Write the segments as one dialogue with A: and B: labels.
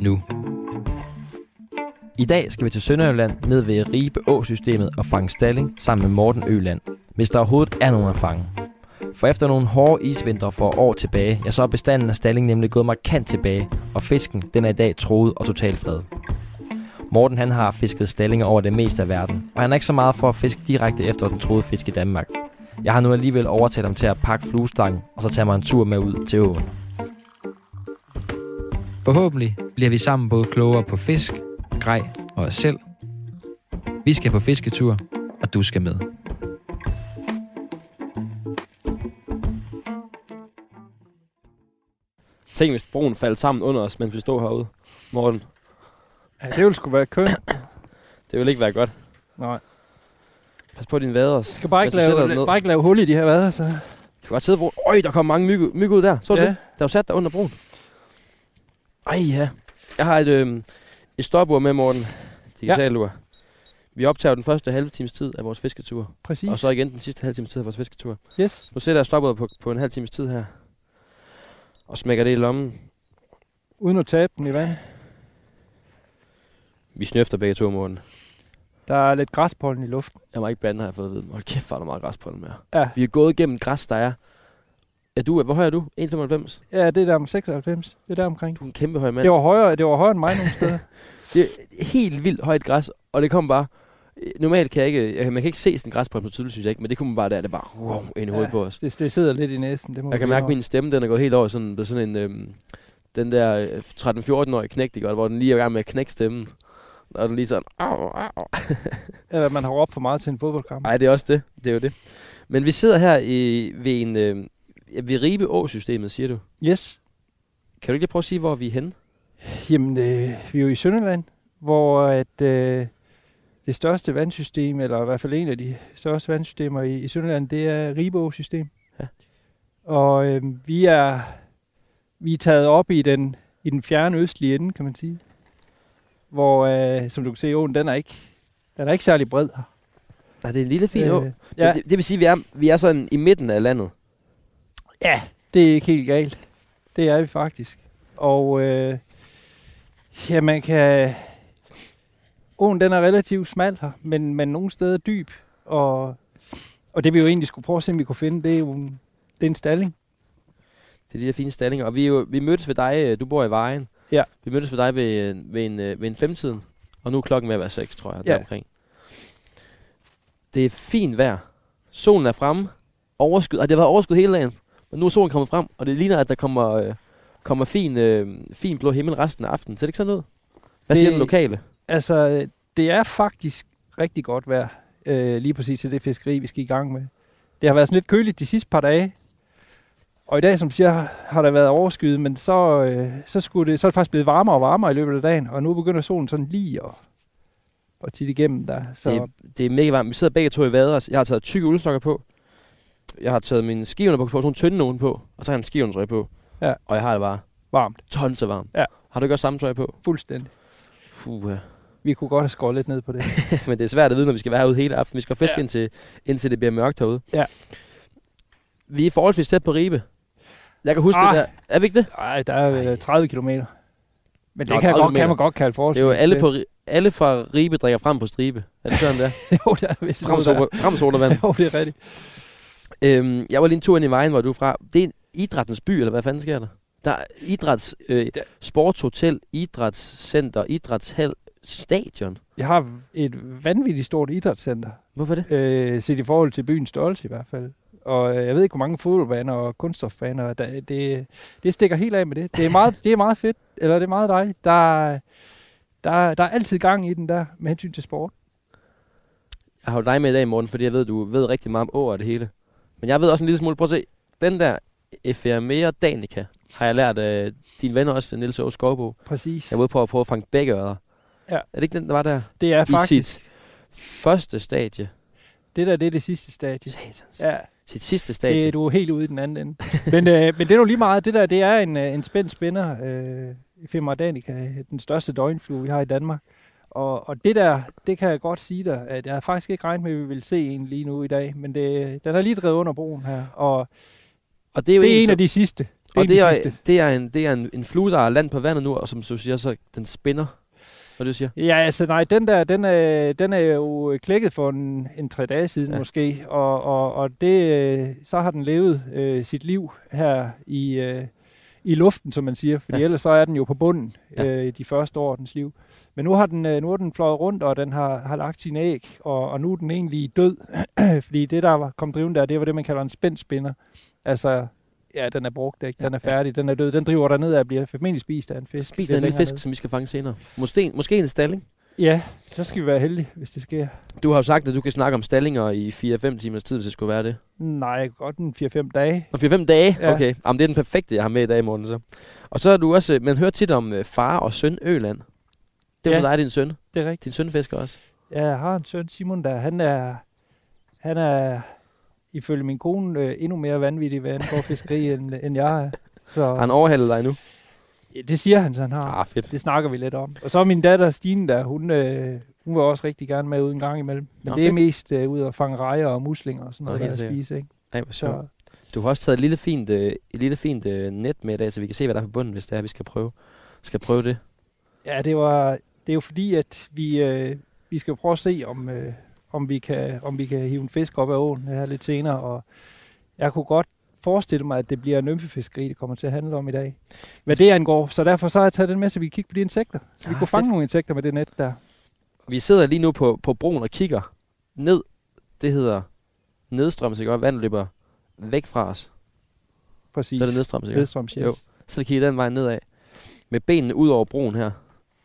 A: nu.
B: I dag skal vi til Sønderjylland ned ved Ribe Å-systemet og fange Stalling sammen med Morten Øland, hvis der overhovedet er nogen at fange. For efter nogle hårde isvintre for år tilbage, ja så er bestanden af Stalling nemlig gået markant tilbage, og fisken den er i dag troet og totalt fred. Morten han har fisket stallinger over det meste af verden, og han er ikke så meget for at fiske direkte efter den troede fisk i Danmark. Jeg har nu alligevel overtalt ham til at pakke fluestangen, og så tage mig en tur med ud til åen.
A: Forhåbentlig bliver vi sammen både klogere på fisk, grej og os selv. Vi skal på fisketur, og du skal med.
C: Tænk, hvis broen faldt sammen under os, mens vi stod herude. Morten,
D: Ja, det ville sgu være kønt.
C: det ville ikke være godt.
D: Nej.
C: Pas på din vader også.
D: Du skal bare ikke,
C: Hvis du sætter
D: lave,
C: dig ned.
D: bare ikke lave hul i de her vader, så.
C: Du kan godt sidde på Øj, der kom mange myg, myg ud der. Så du
D: ja.
C: det? Der er jo sat der under broen. Ej ja. Jeg har et, øh, et stopur med, Morten. Digitalt ja. ur. Vi optager den første halve times tid af vores fisketur.
D: Præcis.
C: Og så igen den sidste halve times tid af vores fisketur.
D: Yes.
C: Nu sætter jeg stoppet på, på en halv times tid her. Og smækker det i lommen.
D: Uden at tabe den i vand.
C: Vi snøfter begge to, Morten.
D: Der er lidt græspollen i luften.
C: Jeg må ikke blande, har jeg fået at vide. Hold kæft, hvor er der meget græs på den her.
D: Ja,
C: Vi er gået igennem græs, der er. Ja, du, er- hvor høj er du? 1,95?
D: ja det er der om 96. Det er der omkring.
C: Du er en kæmpe høj mand.
D: Det var højere, det var højere end mig nogle steder.
C: Det er helt vildt højt græs, og det kom bare... øh, Normalt kan jeg ikke... Jeg, man kan ikke se sådan en græspollen på tydeligt, synes jeg ikke, men det kunne man bare der, det bare wow, ind i
D: Ja.
C: hovedet på os.
D: Det, det sidder lidt i næsen. Det må
C: Jeg kan
D: vi
C: mærke, at
D: indrømme.
C: min stemme, den er gået helt over sådan, blevet sådan en... Øhm, den der øh, 13-14-årige knæk, det godt, hvor den lige er i gang med at knække stemmen. Og den lige sådan... Au, au.
D: Eller man har råbt for meget til en fodboldkamp.
C: Ej, det er også det. Det er jo det. Men vi sidder her i, ved en... Øh, ved Ribe Å-systemet, siger du.
D: Yes.
C: Kan du ikke lige prøve at sige, hvor vi er henne?
D: Jamen, øh, vi er jo i Sønderland, hvor at, øh, det største vandsystem, eller i hvert fald en af de største vandsystemer i, i Sønderland, det er Ribeå-system.
C: Ja.
D: Og øh, vi er vi er taget op i den, i den fjerne østlige ende, kan man sige. Hvor, øh, som du kan se, åen, den er ikke, den er ikke særlig bred her.
C: Nej, det er en lille fin å.
D: Øh,
C: Ja.
D: ja.
C: Det, det, vil sige, at vi er, vi er sådan i midten af landet.
D: Ja, det er ikke helt galt. Det er vi faktisk. Og øh, ja, man kan... Åen, den er relativt smal her, men, men nogle steder dyb. Og, og det vi jo egentlig skulle prøve at se, om vi kunne finde, det er jo en, det er en stalling.
C: Det er de der fine stallinger. Og vi, er jo, vi mødtes ved dig, øh, du bor i Vejen.
D: Ja.
C: Vi mødtes ved dig ved, øh, ved, en, øh, ved en femtiden. Og nu er klokken ved at være seks, tror jeg.
D: Ja.
C: Ja. omkring. Det er fint vejr. Solen er fremme. Overskyet. Og det har været overskyet hele dagen. Men nu er solen kommet frem. Og det ligner, at der kommer, øh, kommer fin, øh, fin blå himmel resten af aftenen. Ser det ikke sådan ud? Hvad
D: Det-
C: siger den lokale?
D: Altså, øh, det er faktisk rigtig godt vejr, øh, lige præcis til det fiskeri, vi skal i gang med. Det har været sådan lidt køligt de sidste par dage. Og i dag, som du siger, har der været overskyet, men så, øh, så, skulle det, så er det faktisk blevet varmere og varmere i løbet af dagen, og nu begynder solen sådan lige at, at titte igennem der. Så
C: Det, det er mega varmt. Vi sidder begge to i vaders. Jeg har taget tykke uldsokker på. Jeg har taget mine skivner på, på sådan nogle tynde nogen på. Og så har jeg en skivnertrøje på.
D: Ja.
C: Og jeg har det bare
D: varmt,
C: tons af varmt.
D: Ja.
C: Har du ikke også samme tøj på?
D: fuldstændig.
C: Puh, ja.
D: Vi kunne godt have skåret lidt ned på det.
C: Men det er svært at vide, når vi skal være herude hele aftenen. Vi skal fiske ja.
D: Ja.
C: indtil, indtil det bliver mørkt herude.
D: Ja.
C: Vi er forholdsvis tæt på Ribe. Jeg kan huske
D: Ah.
C: ah. det der. Er vi ikke det?
D: Nej, der er
C: Ej.
D: øh, 30 km. Men
C: Nå,
D: det kan,
C: 30
D: godt, kan
C: meter.
D: man godt kalde for.
C: Det er jo alle, på, Ri- alle fra Ribe drikker frem på stribe. Er det sådan der?
D: jo, der er vist
C: Frem,
D: noget der.
C: soda, frem sodavand.
D: Jo, det er rigtigt.
C: øhm, jeg var lige en tur ind i vejen, hvor du er fra. Det er en idrættens by, eller hvad fanden sker der? Der er idræts, øh,
D: Der-
C: sportshotel, idrætscenter, idrætshal, stadion.
D: Jeg har et vanvittigt stort idrætscenter,
C: Hvorfor det?
D: øh, set i forhold til byens størrelse i hvert fald. Og øh, jeg ved ikke, hvor mange fodboldbaner og kunststofbaner, der, det, det stikker helt af med det. Det er meget, det er meget fedt, eller det er meget dejligt. Der, der, der er altid gang i den der, med hensyn til sport.
C: Jeg har jo dig med i dag, morgen, fordi jeg ved, du ved rigtig meget om åer og det hele. Men jeg ved også en lille smule. Prøv at se. Den der Ephemeria danica, har jeg lært af din ven også, Nils Aarhus Skovbo.
D: Præcis.
C: Jeg var ude på at prøve at fange begge ører.
D: Ja.
C: Er det ikke den, der var der?
D: Det er
C: I
D: faktisk,
C: sit første stadie.
D: det der det er det sidste stadie.
C: Satans.
D: Ja,
C: Sit sidste stadie.
D: det, er du er helt ude i den anden ende. men, øh, men det er jo lige meget, det der det er en, øh, en spændt spænder, øh, Femmer Danica, den største døgnflue, vi har i Danmark. Og, og det der, det kan jeg godt sige dig, at jeg havde faktisk ikke regnet med, at vi ville se en lige nu i dag, men det, den er lige drevet under broen her, og
C: og det er jo
D: det er en
C: så-
D: af de sidste. Det er
C: og
D: en af
C: det
D: de
C: er,
D: sidste.
C: det er, en, det er en, en flue, der er land på vandet nu, og som du siger, så den spinner. Hvad du siger?
D: Ja, altså nej, den der, den er, den er jo klækket for en, en tre dage siden
C: Ja.
D: ja. måske, og, og, og det, øh, så har den levet øh, sit liv her i, øh, i luften, som man siger, fordi
C: Ja.
D: ja. ellers så er den jo på bunden
C: Ja.
D: ja. øh, de første år af dens liv. Men nu har den, øh, nu har den fløjet rundt, og den har, har lagt sine æg, og, og nu er den egentlig død, fordi det, der var- kom driven der, det var det, man kalder en spændt spinner. Altså, ja, den er brugt, ikke? Den er
C: Ja.
D: færdig, den er død, den driver derned og bliver formentlig spist af en fisk.
C: Spis en
D: lidt
C: lille
D: længere
C: fisk,
D: nede.
C: som vi skal fange senere. Måske, måske en stalling.
D: Ja, så skal vi være heldige, hvis det sker.
C: Du har jo sagt, at du kan snakke om stallinger i 4-5 timers tid, hvis det skulle være det.
D: Nej, godt en 4-5 dage.
C: Og 4-5 dage? Ja.
D: Ja.
C: Okay. Jamen, det er den perfekte, jeg har med i dag i morgen så. Og så er du også, øh, man hører tit om øh, far og søn Øland. Det er ja.
D: Ja.
C: så dig og din søn.
D: Det er rigtigt.
C: Din søn fisker også.
D: Ja, jeg har en søn, Simon, der han er, han er ifølge min kone øh, endnu mere vanvittig, hvad angår fiskeri, end, end jeg er.
C: Har
D: Så
C: han overhalet dig nu?
D: ja, det siger han, så han har.
C: Ah, fedt.
D: Det snakker vi lidt om. Og så er min datter Stine der, hun, øh, hun vil også rigtig gerne med ud en gang imellem. Men
C: Nå,
D: det er
C: fedt.
D: mest øh, ud at fange rejer og muslinger og sådan
C: Nå,
D: noget,
C: helt
D: der at
C: sikkert.
D: spise. Ikke?
C: Ej, hvor sjovt.
D: Så,
C: Du har også taget et lille fint, øh, et lille fint øh, net med i dag, så vi kan se, hvad der er på bunden, hvis det er, vi skal prøve, skal prøve det.
D: ja, det, var, det er jo fordi, at vi, øh, vi skal prøve at se, om, øh, om, vi kan, om vi kan hive en fisk op af åen her lidt senere. Og jeg kunne godt forestille mig, at det bliver nymfefiskeri, det kommer til at handle om i dag. Hvad det angår. Så derfor så har jeg taget den med, så vi kan kigge på de insekter. Så vi
C: Ah,
D: kunne fange
C: fedt.
D: nogle insekter med det net der.
C: Vi sidder lige nu på, på broen og kigger ned. Det hedder nedstrøms, ikke? Og vandet løber væk fra os.
D: Præcis.
C: Så er det nedstrøms, ikke?
D: Nedstrøms, yes.
C: Jo. Så kigger den vej nedad. Med benene ud over broen her.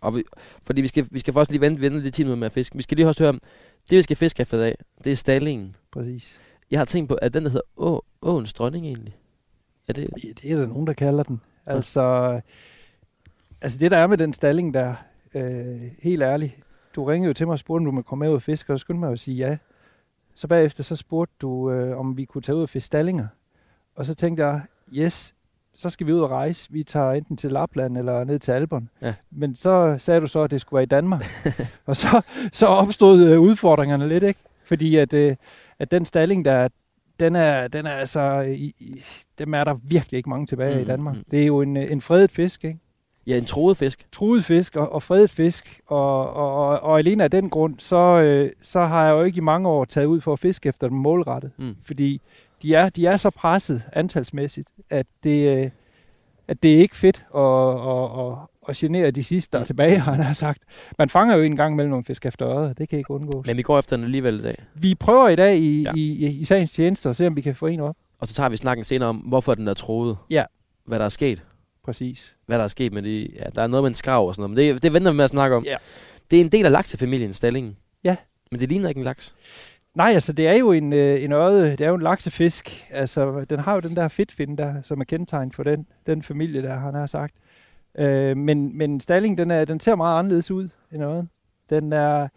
C: Og vi, fordi vi skal, vi skal først lige vente, vente lige 10 minutter med at fiske. Vi skal lige også høre om, det vi skal fiske efter i dag, det er stallingen.
D: Præcis.
C: Jeg har tænkt på, at den der hedder Å, Åens dronning egentlig. Er det,
D: Ja, det er der nogen, der kalder den. Altså, altså det der er med den stalling der, øh, helt ærligt, du ringede jo til mig og spurgte, om du måtte komme med ud og fiske, og så skyndte mig jo at sige ja. Så bagefter så spurgte du, øh, om vi kunne tage ud og fiske stallinger. Og så tænkte jeg, yes, så skal vi ud og rejse. Vi tager enten til Lapland eller ned til Albon.
C: Ja.
D: Men så sagde du så, at det skulle være i Danmark. og så, så opstod øh, udfordringerne lidt, ikke? Fordi at, øh, at den stalling der, den er, den er altså, øh, i, i, dem er der virkelig ikke mange tilbage mm, i
C: Mm,
D: Danmark.
C: mm.
D: Mm. Det er jo en, øh, en fredet fisk, ikke?
C: ja, en troet fisk.
D: truet fisk og, og fredet fisk, og, og, og, og alene af den grund, så, øh, så har jeg jo ikke i mange år taget ud for at fiske efter dem målrettet.
C: Mm.
D: Fordi de er, de er så presset antalsmæssigt, at det, øh, at det er ikke fedt at, at, at, at genere de sidste, der er tilbage, har jeg nær sagt. Man fanger jo en gang mellem nogle fisk efter øret, det kan ikke undgås.
C: Men vi går efter den alligevel i dag.
D: Vi prøver i dag i,
C: Ja.
D: ja. i, i, i sagens tjeneste at se, om vi kan få en op.
C: Og så tager vi snakken senere om, hvorfor den er troet.
D: Ja.
C: Hvad der er sket.
D: Præcis.
C: Hvad der er sket med de... Ja, der er noget med en skrav og sådan noget, men det, det venter vi med at snakke om.
D: Ja.
C: Det er en del af laksefamilien, stallingen.
D: Ja.
C: Men det ligner ikke en laks.
D: Nej, altså det er jo en, øh, en ørde, det er jo en laksefisk. Altså den har jo den der fedtfinde der, som er kendetegn for den, den familie der, har han har sagt. Øh, men, men Stalling, den, er, den ser meget anderledes ud end ørden. Den er,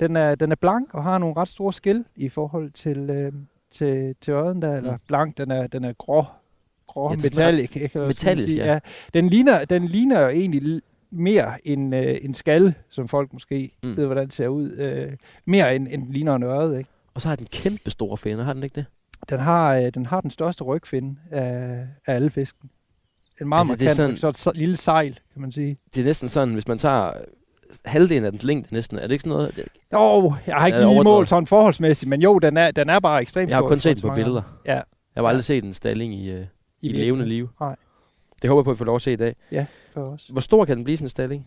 D: den, er, den er blank og har nogle ret store skil i forhold til, øh, til, til ørden der, eller
C: Mm.
D: blank, den er, den er grå, grå
C: Ja,
D: ja,
C: det er sådan
D: metallic. Ikke, Eller hvad skal man
C: metallisk,
D: sige?
C: ja.
D: Den ligner, den ligner jo egentlig l- mere en, øh, en skal, som folk måske
C: Mm.
D: mm. ved, hvordan det ser ud. Øh, mere end, end den ligner en ørde, ikke?
C: Og så har den kæmpe store fænder, har den ikke det?
D: Den har, øh, den har den største rygfinde af, af alle fisken. En meget
C: Altså,
D: altså,
C: det er
D: markant
C: sådan-
D: sådan... så et se- lille sejl, kan man sige.
C: Det er næsten sådan, hvis man tager øh, halvdelen af dens længde næsten. Er det ikke sådan noget? Det,
D: Jo, jeg har ikke
C: Ja, det er
D: lige
C: overdrevet.
D: målt sådan forholdsmæssigt, men jo, den er, den er bare ekstremt
C: jeg har
D: stor
C: kun
D: i
C: set
D: forhold
C: den
D: til
C: på
D: mange andre.
C: billeder.
D: Ja.
C: Jeg har aldrig set en stalling i, øh, i, i levende
D: virkeligheden.
C: liv.
D: Nej.
C: Det håber jeg på, at vi får lov at se i dag.
D: For os.
C: Hvor stor kan den blive, sådan en stalling?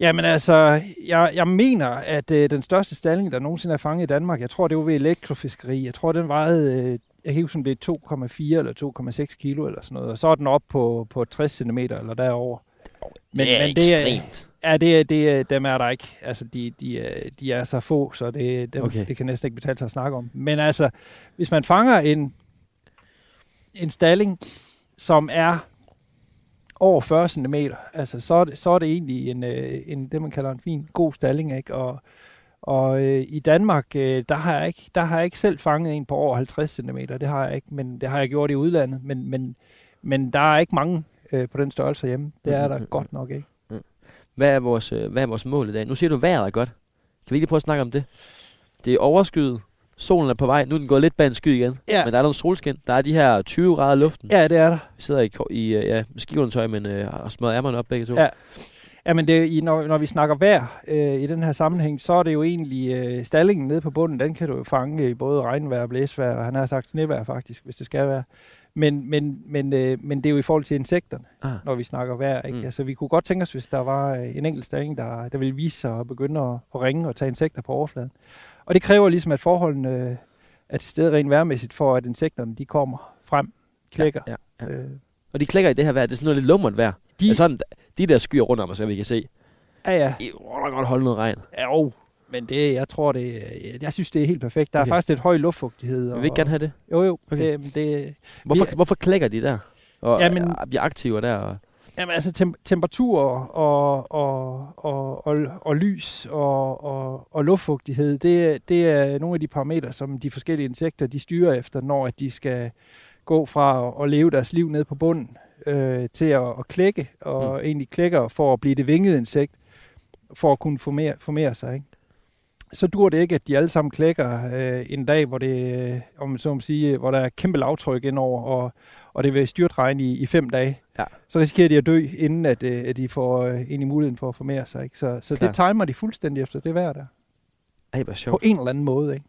D: Jamen altså, jeg, jeg mener, at øh, den største stalling, der nogensinde er fanget i Danmark, jeg tror, det var ved elektrofiskeri. Jeg tror, den vejede, øh, jeg kan ikke huske, om det er 2,4 eller 2,6 kilo eller sådan noget. Og så er den op på, på 60 cm eller derover. Men-
C: det er
D: men det er-
C: ekstremt.
D: Ja, det, er- det, er- dem er der ikke. Altså, de, de, er- de er så få, så det, dem,
C: Okay.
D: okay. det kan næsten ikke betale sig at snakke om. Men altså, hvis man fanger en, en stalling, som er over 40 cm, altså så er det, så er det egentlig en, øh, en, det, man kalder en fin, god stalling. Ikke? Og, og øh, i Danmark, øh, der, har jeg ikke, der har jeg ikke selv fanget en på over 50 cm, det har jeg ikke, men det har jeg gjort i udlandet, men, men, men der er ikke mange øh, på den størrelse hjemme. Det er der
C: Mhm.
D: godt nok ikke.
C: Hvad er, vores, øh, hvad er vores mål i dag? Nu siger du, vejret er godt. Kan vi ikke lige prøve at snakke om det? Det er overskyet. Solen er på vej. Nu er den gået lidt bag en sky igen.
D: Ja.
C: Men der er noget solskin. Der er de her 20 grader i luften.
D: Ja, det er der.
C: Vi sidder i, ko- i øh, ja, skiundertøj, men øh, har smøret ærmerne op begge to.
D: Ja. Jamen, det, er i, når, når vi snakker vejr øh, i den her sammenhæng, så er det jo egentlig øh, stallingen nede på bunden, den kan du jo fange i både regnvejr og blæsvejr, og han har sagt snevejr faktisk, hvis det skal være. Men, men, men, øh, men det er jo i forhold til insekterne,
C: Ah.
D: når vi snakker vejr. Ikke?
C: Mm.
D: Mm. Altså, vi kunne godt tænke os, hvis der var øh, en enkelt stalling, der, der ville vise sig og begynde at, at ringe og tage insekter på overfladen. Og det kræver ligesom, at forholdene øh, er til stede rent vejrmæssigt, for at insekterne de kommer frem, klækker.
C: Ja, ja, ja.
D: Øh,
C: Og de klikker i det her vejr. Det er sådan noget lidt lummert vejr. De,
D: de,
C: altså
D: altså,
C: sådan, de der skyer rundt om os, som vi kan se.
D: ja, ja.
C: I oh, der kan godt holde noget regn.
D: Jo, men det, jeg tror det, øh, jeg synes det er helt perfekt. Der okay.
C: Okay.
D: er faktisk et høj luftfugtighed.
C: Vi vil ikke gerne have det.
D: Jo, jo.
C: Okay.
D: Okay. Det, det,
C: Hvorfor,
D: Vi-
C: hvorfor klikker de der? Og
D: Jamen-
C: Jamen, bliver aktive der. Og,
D: jamen altså tem, temperatur og, og, og, og, og lys og, og, og luftfugtighed, det, det er nogle af de parametre, som de forskellige insekter de styrer efter, når at de skal gå fra at- at leve deres liv ned på bunden øh, til at, at klække, og mm. egentlig klækker for at blive det vingede insekt, for at kunne formere, formere sig. Ikke? Så dur det ikke, at de alle sammen klækker øh, en dag, hvor, det, øh, om man så må sige, hvor der er kæmpe lavtryk indover, og, og det vil styrtregn i, i fem dage.
C: Ja.
D: Så risikerer de at dø, inden at, øh, at de får øh, egentlig muligheden for at formere sig. Ikke? Så, så det timer de fuldstændig efter det vejr der.
C: ej, hvor sjovt.
D: På en eller anden måde. Ikke?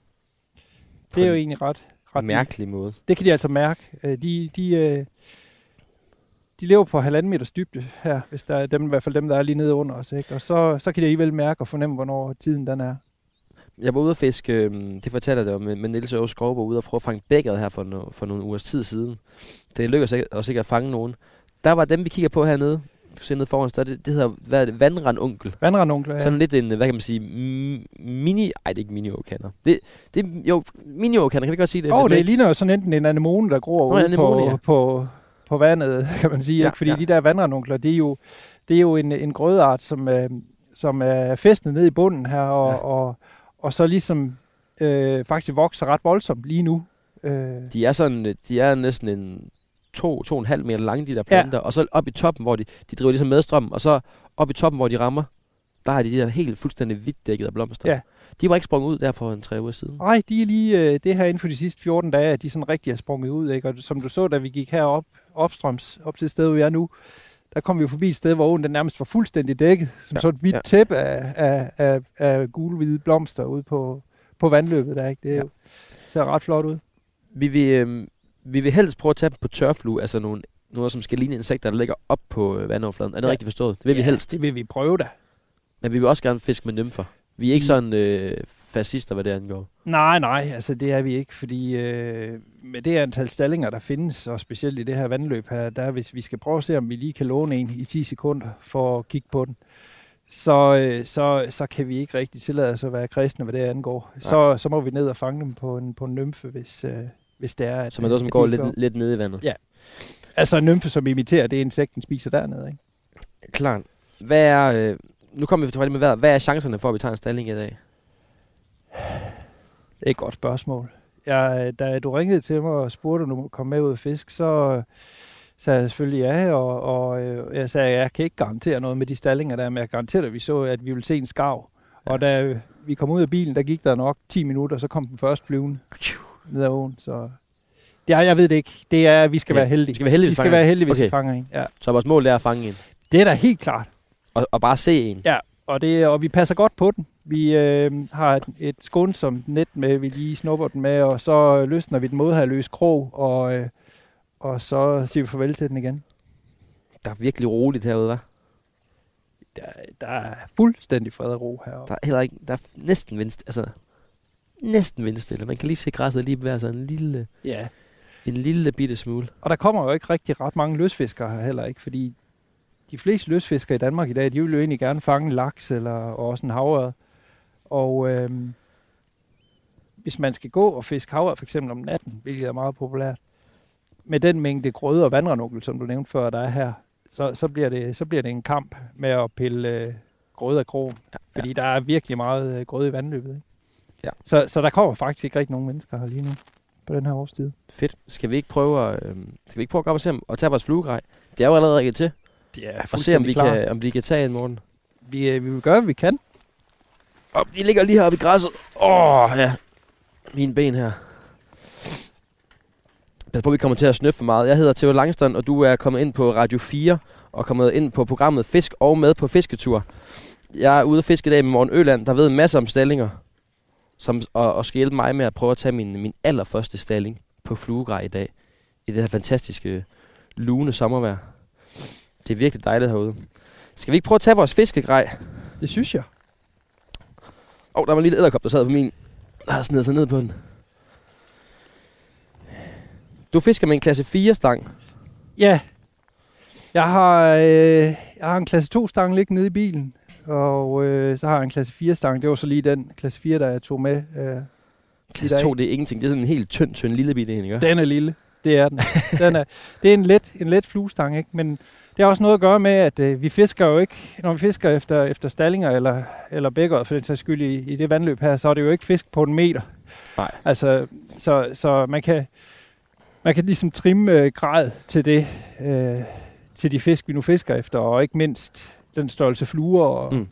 C: På
D: Det er jo
C: en
D: egentlig ret, ret vildt.
C: mærkelig måde.
D: Det kan de altså mærke. Øh, De, de, øh, de lever på halvanden meters dybde her, hvis der er dem, i hvert fald dem, der er lige nede under os. Ikke? Og så, så kan de alligevel mærke og fornemme, hvornår tiden den er.
C: Jeg var ude at fiske, øh, det fortæller jeg dig, men, men Niels Aarhus Skov var ude og prøve at fange bækket her for, no, for nogle ugers tid siden. Det lykkedes ikke- os ikke at fange nogen. Der var dem, vi kigger på hernede. Du kan se nede foran os, der, er det, det hedder hvad er det, vandrandonkel.
D: Vandrendunkler, ja.
C: Sådan lidt en, hvad kan man sige, m- mini... Ej, det er ikke mini -orkaner. det, det, er- Jo, mini kan vi godt sige det? øh,
D: Åh,
C: Hvis
D: oh,
C: man
D: det
C: ikke-
D: ligner jo sådan enten en anemone, der gror
C: Nå,
D: ude
C: anemone,
D: på,
C: ja.
D: på, på vandet, kan man sige.
C: Ja,
D: Ja, ikke? Fordi
C: ja.
D: ja. de der vandrenunkler, det er jo, det er jo en, en grødart, som, øh, som er fæstnet ned i bunden her, og,
C: Ja.
D: ja. og, og så ligesom øh, faktisk vokser ret voldsomt lige nu. Øh,
C: De er sådan, øh, de er næsten en 2 to, en halv meter lange, de der planter, ja. og så op i toppen, hvor de, de driver ligesom med strømmen, og så op i toppen, hvor de rammer, der har de de der helt fuldstændig hvidt dækket af blomster.
D: Ja.
C: De var ikke sprunget ud der for en tre uger siden.
D: Nej, de er lige øh, det her inden for de sidste 14 dage, at de sådan rigtig er sprunget ud. Ikke? Og som du så, da vi gik herop, opstrøms, op til et sted, hvor vi er nu, der kom vi jo forbi et sted, hvor åen den nærmest var fuldstændig dækket, som
C: Ja,
D: ja, sådan et hvidt
C: ja.
D: ja. tæppe af, af, af, af gule-hvide blomster ude på, på vandløbet. Der, ikke?
C: Ja.
D: Det ja. ser ret flot ud.
C: Vi vil, øh, vi vil helst prøve at tage dem på tørflue, altså nogle, noget, som skal ligne insekter, der ligger op på øh, vandoverfladen. Er det ja.
D: Ja.
C: rigtigt forstået? Det vil ja. vi helst.
D: Det vil vi prøve da.
C: Men vi vil også gerne fiske med nymfer. Vi er ikke
D: Mm.
C: sådan øh, fascister, hvad det angår.
D: Nej, nej, altså det er vi ikke, fordi øh, med det antal stallinger, der findes, og specielt i det her vandløb her, der hvis vi skal prøve at se, om vi lige kan låne en i 10 sekunder for at kigge på den, så, øh, så, så kan vi ikke rigtig tillade os at være kristne, hvad det angår. Så, så må vi ned og fange dem på en, på en nymfe, hvis, øh, hvis det er... At,
C: Så man noget, som
D: at
C: går
D: de
C: lidt, lidt nede i vandet.
D: Altså en nymfe, som imiterer det, insekten spiser dernede, ikke?
C: Klart. Hvad er, øh, nu kommer vi tilbage med vejret. Hvad er chancerne for, at vi tager en stalling i dag?
D: Det er et godt spørgsmål. Jeg, øh, da du ringede til mig og spurgte, om du måtte komme med ud og fisk, så øh, sagde jeg selvfølgelig ja, og, og øh, jeg sagde, at jeg kan ikke garantere noget med de stallinger der, men jeg garanterer dig, at vi så, at vi ville se en skarv. Ja. Og da øh, vi kom ud af bilen, der gik der nok 10 minutter, så kom den først flyvende ned ad åen, så... Ja, jeg ved det ikke. Det er, at vi skal
C: Ja,
D: være heldige.
C: vi skal være heldige,
D: vi
C: hvis
D: skal
C: fanger
D: være
C: en.
D: heldige, hvis
C: Okay.
D: vi fanger en. Ja.
C: Så vores mål er at fange en.
D: Det er da helt klart.
C: Og, og bare se en.
D: Ja, og, det, og vi passer godt på den. Vi øh, har et, et skånsomt net med, vi lige snupper den med, og så løsner vi den modherløs krog, og, øh, og så siger vi farvel til den igen.
C: Der er virkelig roligt herude, hva'?
D: Der, der er fuldstændig fred og ro heroppe.
C: Der er heller ikke, der er næsten vindstille. Altså, næsten vindstille. Man kan lige se græsset lige være sådan en lille,
D: Ja.
C: en lille bitte smule.
D: Og der kommer jo ikke rigtig ret mange løsfiskere her heller, ikke? Fordi de fleste løsfiskere i Danmark i dag, de vil jo egentlig gerne fange en laks eller og også en havørred. Og øh, hvis man skal gå og fiske havørred for eksempel om natten, hvilket er meget populært, med den mængde grøde og vandrenukkel, som du nævnte før, der er her, så, så, bliver, det, så bliver det en kamp med at pille øh, grøde af krogen. Fordi ja. der er virkelig meget øh, grøde i vandløbet. Ikke?
C: Ja.
D: Så, så der kommer faktisk ikke rigtig nogen mennesker her lige nu på den her årstid.
C: Fedt. Skal vi ikke prøve at, øh, skal vi ikke prøve at gå op og se om, og tage vores fluegrej? Det er jo allerede rigtigt til.
D: De er
C: Og se om vi,
D: fuldstændig klar.
C: kan, om vi kan tage en morgen.
D: Vi, øh, vi vil gøre, hvad vi kan.
C: Op, de ligger lige heroppe i græsset. Åh, ja. Mine ben her. Pas på, vi kommer til at snøffe for meget. Jeg hedder Theo Langstrøm, og du er kommet ind på Radio 4 og kommet ind på programmet Fisk og med på fisketur. Jeg er ude at fiske i dag med Morten Øland, der ved en masse om stallinger. Som, og, og skal hjælpe mig med at prøve at tage min, min allerførste stalling på fluegrej i dag. I det her fantastiske, lune sommervejr. Det er virkelig dejligt herude. Skal vi ikke prøve at tage vores fiskegrej?
D: Det synes jeg.
C: Åh, oh, der var en lille æderkop, der sad på min. Der har snedet sig ned på den. Du fisker med en klasse 4-stang.
D: Ja. Jeg har, øh, jeg har en klasse 2-stang liggende nede i bilen, og øh, så har jeg en klasse 4-stang. Det var så lige den klasse 4, der jeg tog med. Øh,
C: Klasse
D: dag.
C: 2, det er ingenting. Det er sådan en helt tynd, tynd lille bitte, egentlig, ikke?
D: den er lille. Det er den. den er, det er en let, en let fluestang, ikke? Men det har også noget at gøre med, at øh, vi fisker jo ikke, når vi fisker efter, efter stallinger eller, eller bækker, for den sags skyld i, i det vandløb her, så er det jo ikke fisk på en meter.
C: Nej.
D: Altså, så, så man kan, man kan ligesom trimme øh, grad til det, øh, til de fisk, vi nu fisker efter, og ikke mindst den størrelse fluer og,
C: Mm.
D: mm.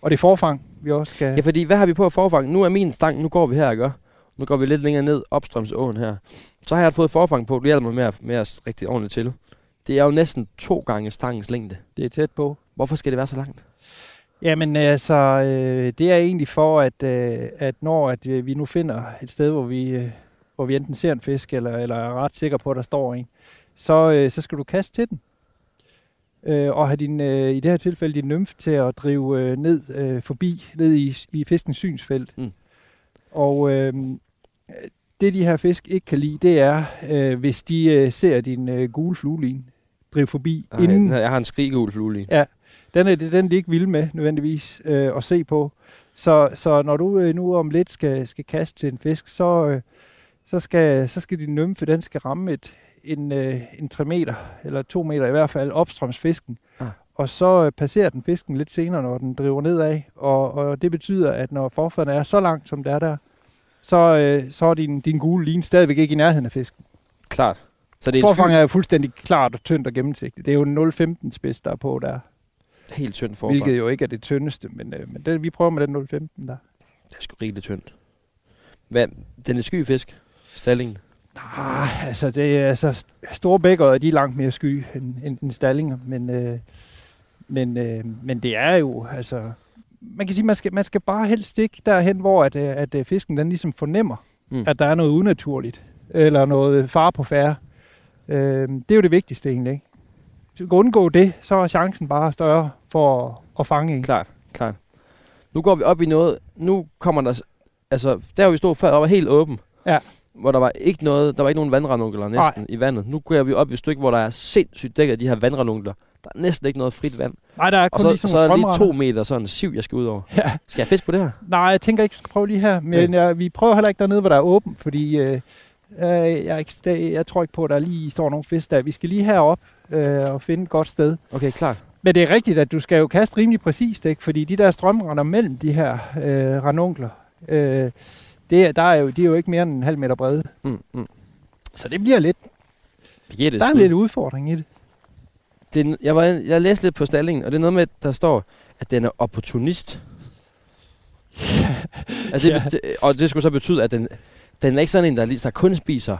D: og det forfang, vi også skal...
C: Ja, fordi hvad har vi på at forfange? Nu er min stang, nu går vi her, ikke? Nu går vi lidt længere ned opstrøms åen her. Så har jeg fået forfang på, du hjælper mig med at, med at rigtig ordentligt til. Det er jo næsten to gange stangens længde.
D: Det er tæt på.
C: Hvorfor skal det være så langt?
D: Jamen altså, øh, det er egentlig for, at, øh, at når at øh, vi nu finder et sted, hvor vi, øh, hvor vi enten ser en fisk, eller, eller er ret sikre på, at der står en, så, øh, så skal du kaste til den. Øh, og have din, øh, i det her tilfælde din nymfe til at drive øh, ned øh, forbi, ned i, i fiskens synsfelt.
C: Mm.
D: Mm. Og øh, det de her fisk ikke kan lide, det er, øh, hvis de øh, ser din øh, gule fluelin drive forbi,
C: Ej, den her- Jeg har en skrigul flue lige.
D: den er det er den, de ikke vil med nødvendigvis øh, at se på. Så, så når du øh, nu om lidt skal, skal kaste til en fisk, så, øh, så, skal, så skal din nymfe, den skal ramme et, en, øh, en 3 meter, eller 2 meter i hvert fald, opstrøms fisken.
C: Ah.
D: Ah. Og så øh, passerer den fisken lidt senere, når den driver nedad. Og, og det betyder, at når forfaden er så langt, som det er der, så, øh, så er din, din gule line stadigvæk ikke i nærheden af fisken.
C: Klart. Så det er en
D: Forfanget er jo fuldstændig klart og tyndt og gennemsigtigt. Det er jo en 0,15 spids, der er på der.
C: sky- helt tynd forfang.
D: Hvilket jo ikke er det tyndeste, men, øh, men det, vi prøver med den 015 der.
C: Det er sgu rigeligt tyndt. Hvad? Den er sky fisk. Stallingen.
D: Ah, altså, det er, altså st- store bækker, de er langt mere sky end, end, end stallinger, men, øh, men, øh, men det er jo, altså, man kan sige, man skal, man skal bare helst stikke derhen, hvor at, øh, at øh, fisken den ligesom fornemmer,
C: Mm.
D: mm. at der er noget unaturligt, eller noget fare på færre. Øh, det er jo det vigtigste egentlig, ikke? Hvis vi kan undgå det, så er chancen bare større for at, at fange en.
C: Klart, klart. Nu går vi op i noget. Nu kommer der... s- Altså, der hvor vi stod før, der var helt åben.
D: Ja.
C: Hvor der var ikke noget, der var ikke nogen vandrandunkler næsten Nej. i vandet. Nu går vi op i et stykke, hvor der er sindssygt dækket af de her vandrandunkler. Der er næsten ikke noget frit vand.
D: Nej, der er kun
C: Og så,
D: ligesom
C: så er der lige
D: strømrender.
C: to meter sådan siv, jeg skal ud over.
D: Ja.
C: Skal jeg fiske på det her?
D: Nej, jeg tænker ikke, vi skal prøve lige her. Men jeg, vi prøver heller ikke dernede, hvor der er åbent, fordi øh, øh, jeg, er ikke, der, jeg tror ikke på, at der lige står nogen fisk der. Vi skal lige herop øh, og finde et godt sted.
C: Okay, klart.
D: Men det er rigtigt, at du skal jo kaste rimelig præcist, ikke? fordi de der strømrender mellem de her øh, ranunkler, øh, det, er- der er jo, de er jo ikke mere end en halv meter brede.
C: Mm, mm.
D: Så det bliver lidt,
C: Vi giver det et
D: der er
C: skud.
D: lidt udfordring i det.
C: det er, n- jeg, var, inde- jeg læste lidt på stallingen, og det er noget med, at der står, at den er opportunist. altså, det,
D: Ja.
C: ja. det, og det skulle så betyde, at den, den er ikke sådan en, der, lige- der kun spiser,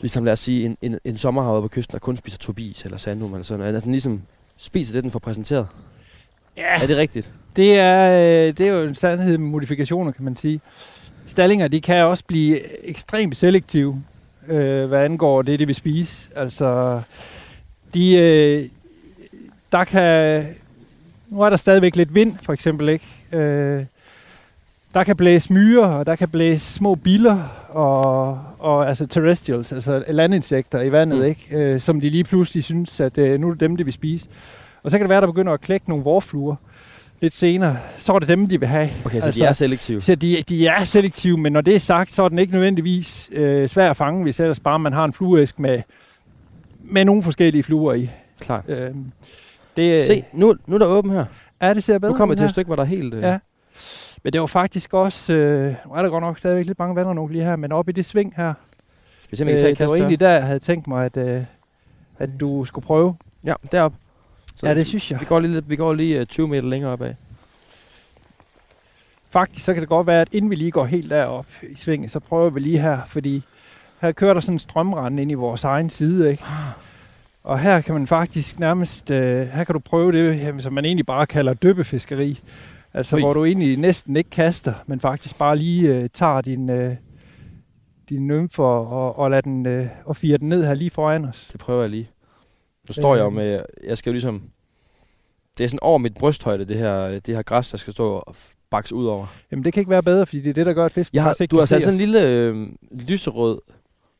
C: ligesom lad os sige, en, en, en sommerhav på kysten, der kun spiser tobis eller sandum eller sådan noget. At den ligesom spiser det, den får præsenteret.
D: Ja,
C: Er det rigtigt?
D: Det er, øh, det er jo en sandhed med modifikationer, kan man sige. Stallinger, de kan også blive ekstremt selektive, øh, hvad angår det, de vil spise. Altså, de, øh, der kan... Nu er der stadigvæk lidt vind, for eksempel, ikke? Øh, der kan blæse myrer, og der kan blæse små biller, og, og altså terrestrials, altså landinsekter i vandet,
C: Mm.
D: mm. ikke? Øh, som de lige pludselig synes, at øh, nu er det dem, de vil spise. Og så kan det være, der begynder at klække nogle vorfluer, lidt senere, så er det dem, de vil have.
C: Okay, så altså,
D: Altså-
C: de er selektive.
D: Så de, de er selektive, men når det er sagt, så er den ikke nødvendigvis øh, svær at fange, hvis ellers bare man har en flueæsk med, med nogle forskellige fluer i.
C: Klart.
D: Øh, det,
C: Se, nu, nu er der åben her.
D: er det ser bedre
C: Nu kommer jeg
D: ud
C: til
D: her.
C: et stykke, hvor der er helt... Øh,
D: Ja. Men det var faktisk også, øh, nu er der godt nok stadigvæk lidt mange vander nu lige her, men oppe i det sving her, øh,
C: Skal vi se, om jeg kan tage et
D: det
C: kast
D: var
C: her?
D: egentlig der, jeg havde tænkt mig, at, øh, at du skulle prøve.
C: Ja, deroppe. Så
D: synes
C: Vi går lige, lidt- vi går lige øh, 20 meter længere opad.
D: Faktisk så kan det godt være, at inden vi lige går helt derop i svinget, så prøver vi lige her, fordi her kører der sådan en strømrende ind i vores egen side, ikke?
C: Ah.
D: Og her kan man faktisk nærmest, øh, her kan du prøve det, jamen, som man egentlig bare kalder døbefiskeri. Altså
C: Ui.
D: hvor du egentlig næsten ikke kaster, men faktisk bare lige øh, tager din, øh, din nymfer og, og, lader den, øh, og firer den ned her lige foran os.
C: Det prøver jeg lige. Nu står jeg jo
D: Øhm.
C: med, jeg skal jo ligesom, det er sådan over mit brysthøjde, det her, øh, det her græs, der skal stå og f- bakse ud over.
D: Jamen det kan ikke være bedre, fordi det er det, der gør, at fisk
C: Jeg har,
D: faktisk ikke
C: du har
D: kan
C: sat
D: se
C: sådan en
D: os.
C: lille øh, lyserød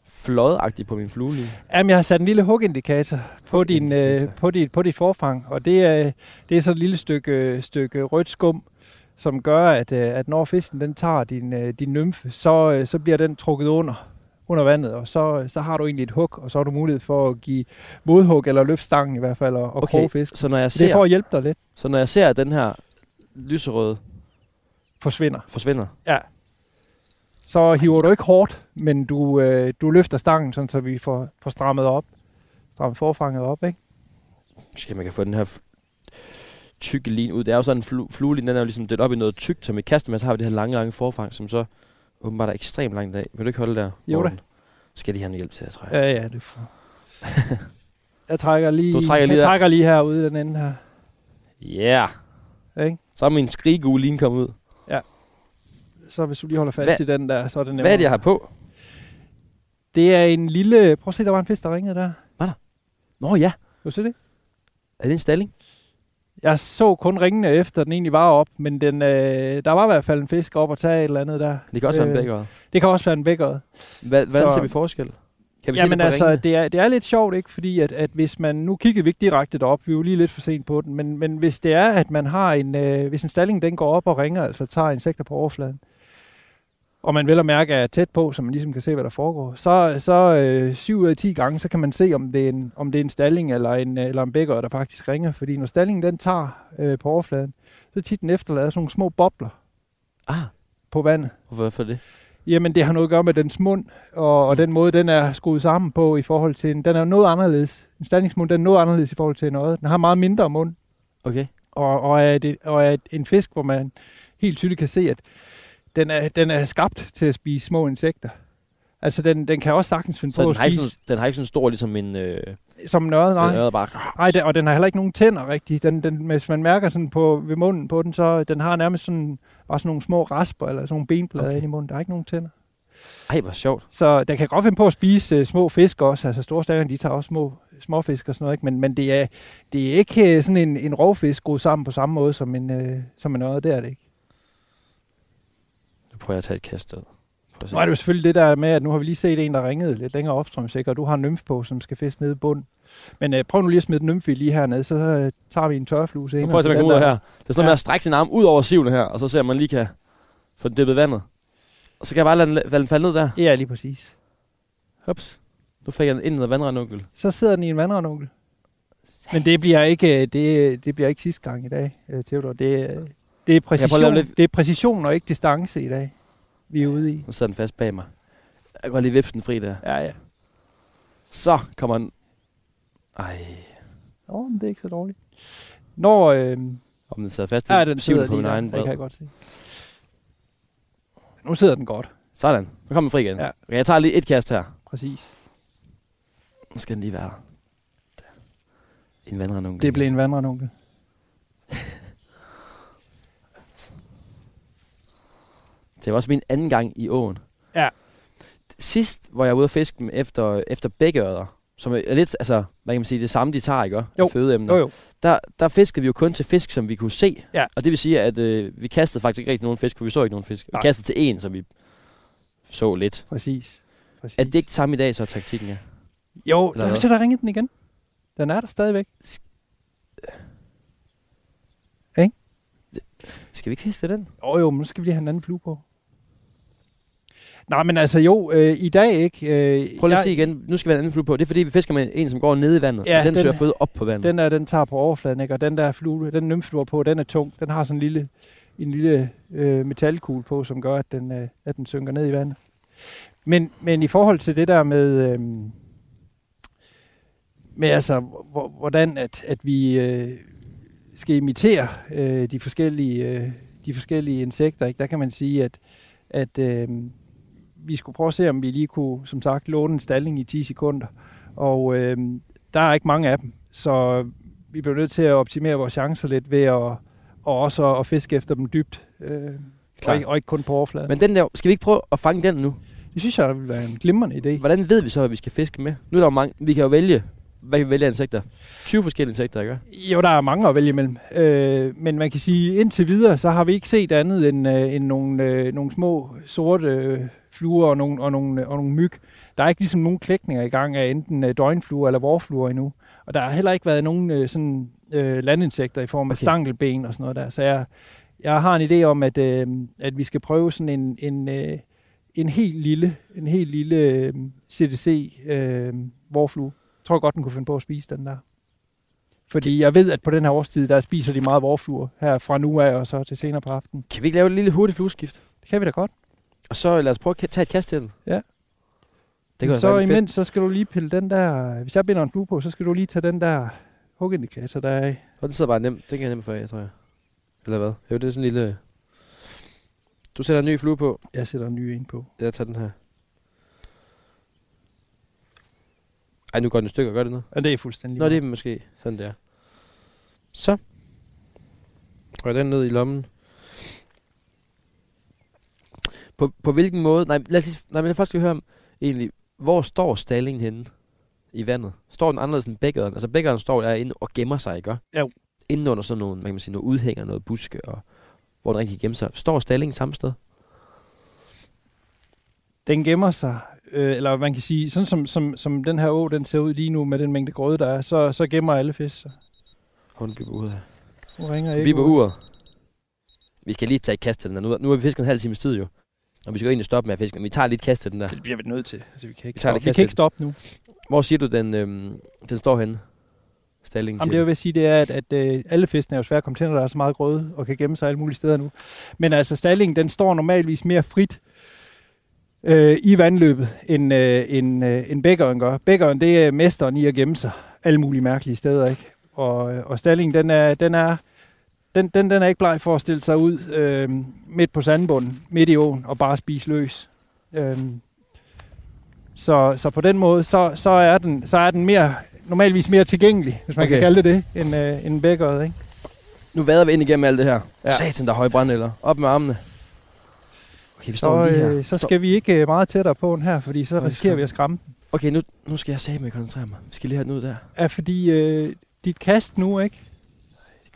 C: flodagtig på min flue lige.
D: Jamen, jeg har sat en lille hugindikator på, din, øh,
C: Hugindikator.
D: på, dit, på dit forfang, og det er, det er sådan et lille stykke, øh, stykke rødt skum, som gør, at, øh, at når fisken den tager din, øh, din nymfe, så, øh, så bliver den trukket under, under vandet, og så, øh, så har du egentlig et hug, og så har du mulighed for at give modhug, eller løftstangen i hvert fald, og, og okay. kroge fisk.
C: så når jeg
D: Så det er for
C: ser,
D: at hjælpe dig lidt,
C: så når jeg ser, at den her lyserøde
D: forsvinder.
C: forsvinder,
D: Så hiver du ikke hårdt, men du, øh, du løfter stangen, sådan, så vi får, får strammet op, strammet forfanget op, ikke?
C: så kan man kan få den her f- tykke lin ud. Det er jo sådan en flu, fluelin, den er jo ligesom delt op i noget tykt, som vi kaster med, så har vi det her lange, lange forfang, som så åbenbart er ekstremt langt af. Vil du ikke holde der?
D: Jo da.
C: Morten? Skal de have noget hjælp til, jeg tror jeg.
D: Ja, ja, det er for... jeg trækker lige,
C: Du trækker lige
D: jeg
C: der.
D: trækker lige herude i den ende her.
C: Ja. Yeah.
D: Ikke?
C: Så er min skrigule lige kommet ud.
D: Så hvis du lige holder fast
C: Hvad-
D: i den der, så er det nemmere.
C: Hvad er det, jeg har på?
D: Det er en lille... Prøv at se, der var en fisk, der ringede der.
C: Nå ja.
D: Du se det?
C: Er det en stalling?
D: Jeg så kun ringene efter, den egentlig var op, men den, øh, der var i hvert fald en fisk op og tage et eller andet der.
C: Det kan også øh. være en
D: Øh,
C: bækkerød.
D: Det kan også være en bækkerød.
C: Hvad, hvordan
D: så-
C: ser vi forskel? Kan vi se
D: Jamen
C: det på
D: altså,
C: ringene?
D: det er, det er lidt sjovt, ikke? Fordi at, at hvis man... Nu kiggede vi ikke direkte derop, vi var lige lidt for sent på den, men, men hvis det er, at man har en... Øh, hvis en stalling, den går op og ringer, altså tager insekter på overfladen, og man vel at mærke er tæt på, så man ligesom kan se, hvad der foregår, så, så øh, 7 ud af 10 gange, så kan man se, om det er en, om det er en stalling eller en, øh, eller en bækker, der faktisk ringer. Fordi når stallingen den tager øh, på overfladen, så tit den efterlader sådan nogle små bobler
C: Ah,
D: på vandet.
C: hvorfor det?
D: Jamen, det har noget at gøre med dens mund, og, og den måde, den er skruet sammen på i forhold til en. Den er jo noget anderledes. En standingsmund, den er noget anderledes i forhold til en øje. Den har meget mindre mund,
C: Okay.
D: og, og, er, det, og er en fisk, hvor man helt tydeligt kan se, at den er, den er skabt til at spise små insekter. Altså, den, den kan også sagtens finde
C: Så
D: på
C: den
D: at
C: har, ikke
D: spise
C: sådan, den har ikke sådan stor ligesom en øh,
D: som en ørred, nej.
C: en ørred bare.
D: Nej, den, og den har heller ikke nogen tænder rigtigt. Den, den, hvis man mærker sådan på, ved munden på den, så den har nærmest sådan, bare sådan nogle små rasper, eller sådan nogle benblade
C: Okay.
D: okay. i munden. Der er ikke nogen tænder.
C: Ej, hvor sjovt.
D: Så den kan godt finde på at spise uh, små fisk også. Altså store stanger, de tager også små småfisk og sådan noget. Ikke? Men, men det, er, det er ikke uh, sådan en, en rovfisk gået sammen på samme måde som en, uh, som en øje. Det er det ikke.
C: Nu prøver jeg at tage et kast ud. Prøv at se.
D: Nu er det jo selvfølgelig det der med, at nu har vi lige set en, der ringede lidt længere opstrøms, ikke? og du har en nymfe på, som skal fiske nede i bunden. Men uh, prøv nu lige at smide den nymfe i lige hernede, så uh, tager vi en tørflue senere.
C: Nu prøver jeg at se, om jeg kan
D: Den
C: ud af
D: der-
C: her. Det er sådan noget med at strække sin arm ud over sivene her, og så ser man lige kan få den dippet i vandet. Og så kan jeg bare lade den, lade den falde ned der.
D: Ja, lige præcis.
C: Ups. Nu fik jeg den ind i vandrenonkel.
D: Så sidder den i en vandrenonkel. Men det bliver ikke, øh, det, det bliver ikke sidste gang i dag, øh, Theodor. Det, øh, det, er
C: prøver at lave
D: præcision,
C: lidt-
D: det er præcision og ikke distance i dag, vi er ude i.
C: Nu sidder den fast bag mig. Jeg kan godt lige vipse den fri der.
D: Ja, ja.
C: Så kommer den. Ej,
D: Nå, men det er ikke så dårligt. Når, øh,
C: om den sidder fast.
D: ja, den
C: sivende
D: sidder
C: på
D: lige
C: min
D: der,
C: egen
D: det kan jeg
C: bred.
D: godt se. Nu sidder den godt,
C: Sådan, nu kommer den fri igen.
D: Ja.
C: Ja. Okay, jeg tager lige et kast her.
D: præcis.
C: Nu skal den lige være der. Der. En vandrenonkel.
D: Det blev en vandrenonkel.
C: Det var også min anden gang i åen.
D: Ja.
C: Sidst, hvor jeg var ude at fiske dem efter, efter bækkeørder, som er lidt, altså, hvad kan man sige, det samme, de tager, ikke?
D: Jo.
C: Jo. Fødeemner.
D: Jo, jo.
C: Der, der fiskede vi jo kun til fisk, som vi kunne se.
D: Ja.
C: Og det vil sige, at øh, vi kastede faktisk ikke rigtig nogen fisk, for vi så ikke nogen fisk.
D: Nej.
C: Vi kastede til en, som vi så lidt.
D: Præcis. præcis.
C: Er det ikke det samme i dag, så er taktikken er?
D: Jo,
C: Eller
D: lad os
C: hvad?
D: se, der ringede den igen. Den er der stadigvæk.
C: Skal vi ikke fiske den?
D: Åh jo, men nu skal vi lige have en anden flue på. Nej, men altså jo, øh, i dag ikke. Øh,
C: Prøv lige at
D: jeg-
C: sige igen. Nu skal vi have en anden flue på. Det er fordi, vi fisker med en, som går ned i vandet.
D: Ja,
C: Ja, og den,
D: den
C: søger
D: er-
C: føde op på vandet.
D: Den der, den tager på overfladen, ikke? Og den der flue, den nymflue på, den er tung. Den har sådan en lille, en lille øh, metalkugle på, som gør, at den, øh, at den synker ned i vandet. Men, men i forhold til det der med, øh, med altså, hvor, hvordan at, at vi øh, skal imitere øh, de, forskellige, øh, de forskellige insekter, ikke? der kan man sige, at, at øh, vi skulle prøve at se, om vi lige kunne, som sagt, låne en stalling i 10 sekunder. Og øh, der er ikke mange af dem, så vi bliver nødt til at optimere vores chancer lidt ved at og også at fiske efter dem dybt. Øh, og,
C: Klart.
D: ikke, og ikke kun på overfladen. Men
C: Men den der, skal vi ikke prøve at fange den nu?
D: det synes jeg, der ville være en glimrende idé.
C: Hvordan ved vi så, hvad vi skal fiske med? Nu er der jo mange, vi kan jo vælge, hvad vi vælger af insekter. 20 forskellige insekter, ikke?
D: Jo, der er mange at vælge imellem. Øh, men man kan sige, indtil videre, så har vi ikke set andet end, øh, end nogle, øh, nogle små sorte øh, fluer og nogle, og, nogle, øh, og nogle myg. Der er ikke ligesom nogen klækninger i gang af enten øh, døgnfluer eller vorfluer endnu. Og der har heller ikke været nogen øh, sådan, øh, landinsekter i form af
C: Okay.
D: okay. stankelben og sådan noget der. Så jeg, jeg har en idé om, at, øh, at vi skal prøve sådan en, en, øh, en helt lille, en helt lille øh, CDC øh, vorflue. Jeg tror godt, den kunne finde på at spise den der. Fordi jeg ved, at på den her årstid, der spiser de meget vorfluer her fra nu af og så til senere på aftenen.
C: Kan vi ikke lave et lille hurtigt flueskift?
D: Det kan vi da godt.
C: Og så lad os prøve at ka- tage et kast til den.
D: Ja.
C: Det kunne så
D: så
C: være fedt.
D: imens, så skal du lige pille den der... Hvis jeg binder en flue på, så skal du lige tage den der hugindikator der er i.
C: Og den sidder bare nemt. Den kan jeg nemt få af, tror jeg. Eller hvad? Jo, det er sådan en lille... Du sætter en ny flue på.
D: Jeg sætter en ny en på.
C: Jeg tager den her. Ej, nu går den i stykker. Gør det nu?
D: Og det er fuldstændig
C: Nå, det
D: lige
C: er måske sådan der. Så. Og den ned i lommen. På, på hvilken måde... Nej, lad os lige, nej, men først skal vi høre om, egentlig, hvor står stallingen henne i vandet? Står den anderledes end bækkeren? Altså bækkeren står der inde og gemmer sig, ikke?
D: Jo.
C: Inden under sådan nogle, man kan sige, noget udhænger, noget buske, og hvor den rigtig kan gemme sig. Står stallingen samme sted?
D: den gemmer sig, øh, eller man kan sige, sådan som, som, som den her å, den ser ud lige nu med den mængde grøde, der er, så, så gemmer alle fisk sig.
C: Hun biber ud her.
D: Nu ringer jeg
C: Vi på uret. Vi skal lige tage et kast til den der. Nu, er- nu har vi fisket en halv times tid jo. Og vi skal jo egentlig stoppe med at fiske, men vi tager lige et kast til den der.
D: Det bliver vi nødt til. Altså, vi kan ikke,
C: Vi tager
D: stoppe.
C: det kast
D: Vi
C: til
D: kan ikke stoppe nu.
C: Hvor siger du, den, øhm, den står henne? Stallingen
D: Jamen, det
C: siger
D: jeg
C: du.
D: vil sige, det er, at, at øh, alle fiskene er jo svært at komme til, når der er så meget grøde og kan gemme sig alle mulige steder nu. Men altså, stallingen, den står normalvis mere frit øh, i vandløbet, end, øh, end, øh, end bækkeren gør. Bækkeren, det er mesteren i at gemme sig alle mulige mærkelige steder, ikke? Og, øh, og stallingen, den er, den, er, den, den, den er ikke bleg for at stille sig ud øh, midt på sandbunden, midt i åen, og bare spise løs. Øh, så, så på den måde, så, så, er den, så er den mere, normalvis mere tilgængelig, hvis man okay.
C: Okay.
D: kan kalde det det, end, øh, end bækkeret, ikke?
C: Nu vader vi ind igennem alt det her. Ja.
D: Ja.
C: Satan, der er høje brændeller. Op med armene. Okay, vi står
D: Så,
C: lige her.
D: øh, så skal vi ikke øh, meget tættere på den her, fordi så
C: Nå, vi
D: risikerer
C: skal-
D: vi at skræmme
C: Okay, nu, nu skal jeg sige med at koncentrere mig. Vi skal lige have den ud der.
D: er fordi øh, dit kast nu, ikke?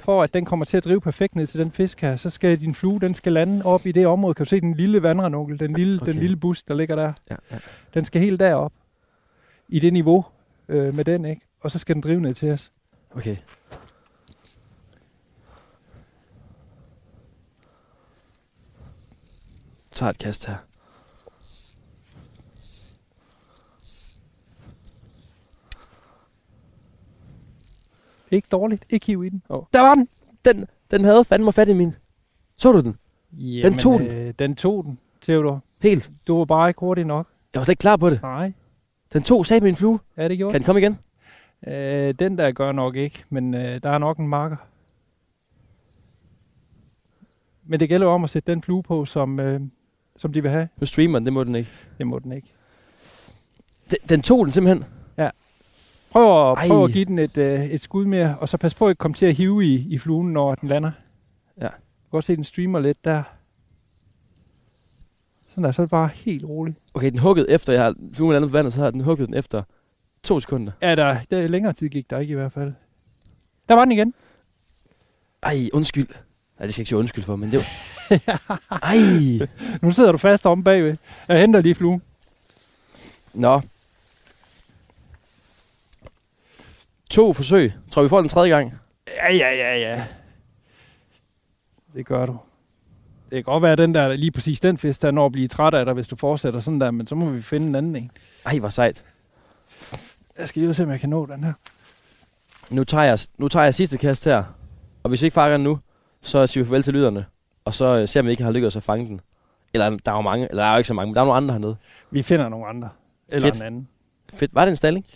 D: For at den kommer til at drive perfekt ned til den fisk her, så skal din flue, den skal lande op i det område. Kan du se den lille vandranunkel, den lille, okay.
C: Okay.
D: den lille busk, der ligger der?
C: Ja, ja.
D: Den skal helt derop i det niveau øh, med den, ikke? Og så skal den drive ned til os.
C: Okay. Tager et kast her.
D: Ikke dårligt, ikke hiv i den.
C: Åh.
D: Der var den!
C: Den, den havde fandme fat i min. Så du den?
D: Jamen,
C: tog den.
D: Øh, den tog den, Theodor.
C: Helt.
D: Du var bare ikke hurtig nok.
C: Jeg var slet ikke klar på det.
D: Nej,
C: Den tog sagde min flue.
D: ja, det gjorde
C: Kan den komme igen?
D: den. Øh, den der gør nok ikke, men øh, der er nok en marker. Men det gælder jo om at sætte den flue på, som, øh, som de vil have.
C: Nu streamer den, det må den ikke.
D: Det må den ikke.
C: Den, den tog den simpelthen.
D: Prøv at, prøv at
C: Ej.
D: give den et, øh, et skud mere, og så pas på at komme til at hive i, i fluen, når den lander.
C: Ja.
D: Du kan godt se, den streamer lidt der. Sådan der, så er det bare helt roligt.
C: Okay, den huggede efter, jeg har fluen landet på vandet, så har den hugget den efter to sekunder.
D: Ja, der, der længere tid gik der ikke i hvert fald. Der var den igen.
C: Ej, undskyld. Nej, det skal jeg ikke sige undskyld for, men det var... Ej!
D: Nu sidder du fast om bagved. Jeg henter lige fluen.
C: Nå. To forsøg. Tror vi får den tredje gang?
D: Ja, ja, ja, ja. Det gør du. Det kan godt være, at den der, lige præcis den fisk, der når at blive træt af dig, hvis du fortsætter sådan der, men så må vi finde en anden en.
C: Ej, hvor sejt.
D: Jeg skal lige ud og se, om jeg kan nå den her.
C: Nu tager jeg, nu tager jeg sidste kast her. Og hvis vi ikke fanger den nu, så siger vi farvel til lytterne. Og så øh, ser vi, om vi ikke har lykkedes at fange den. Eller der er jo mange, eller der er jo ikke så mange, men der er nogle andre hernede.
D: Vi finder nogle andre. Eller
C: Fedt.
D: en anden.
C: Fedt. Var det en stalling?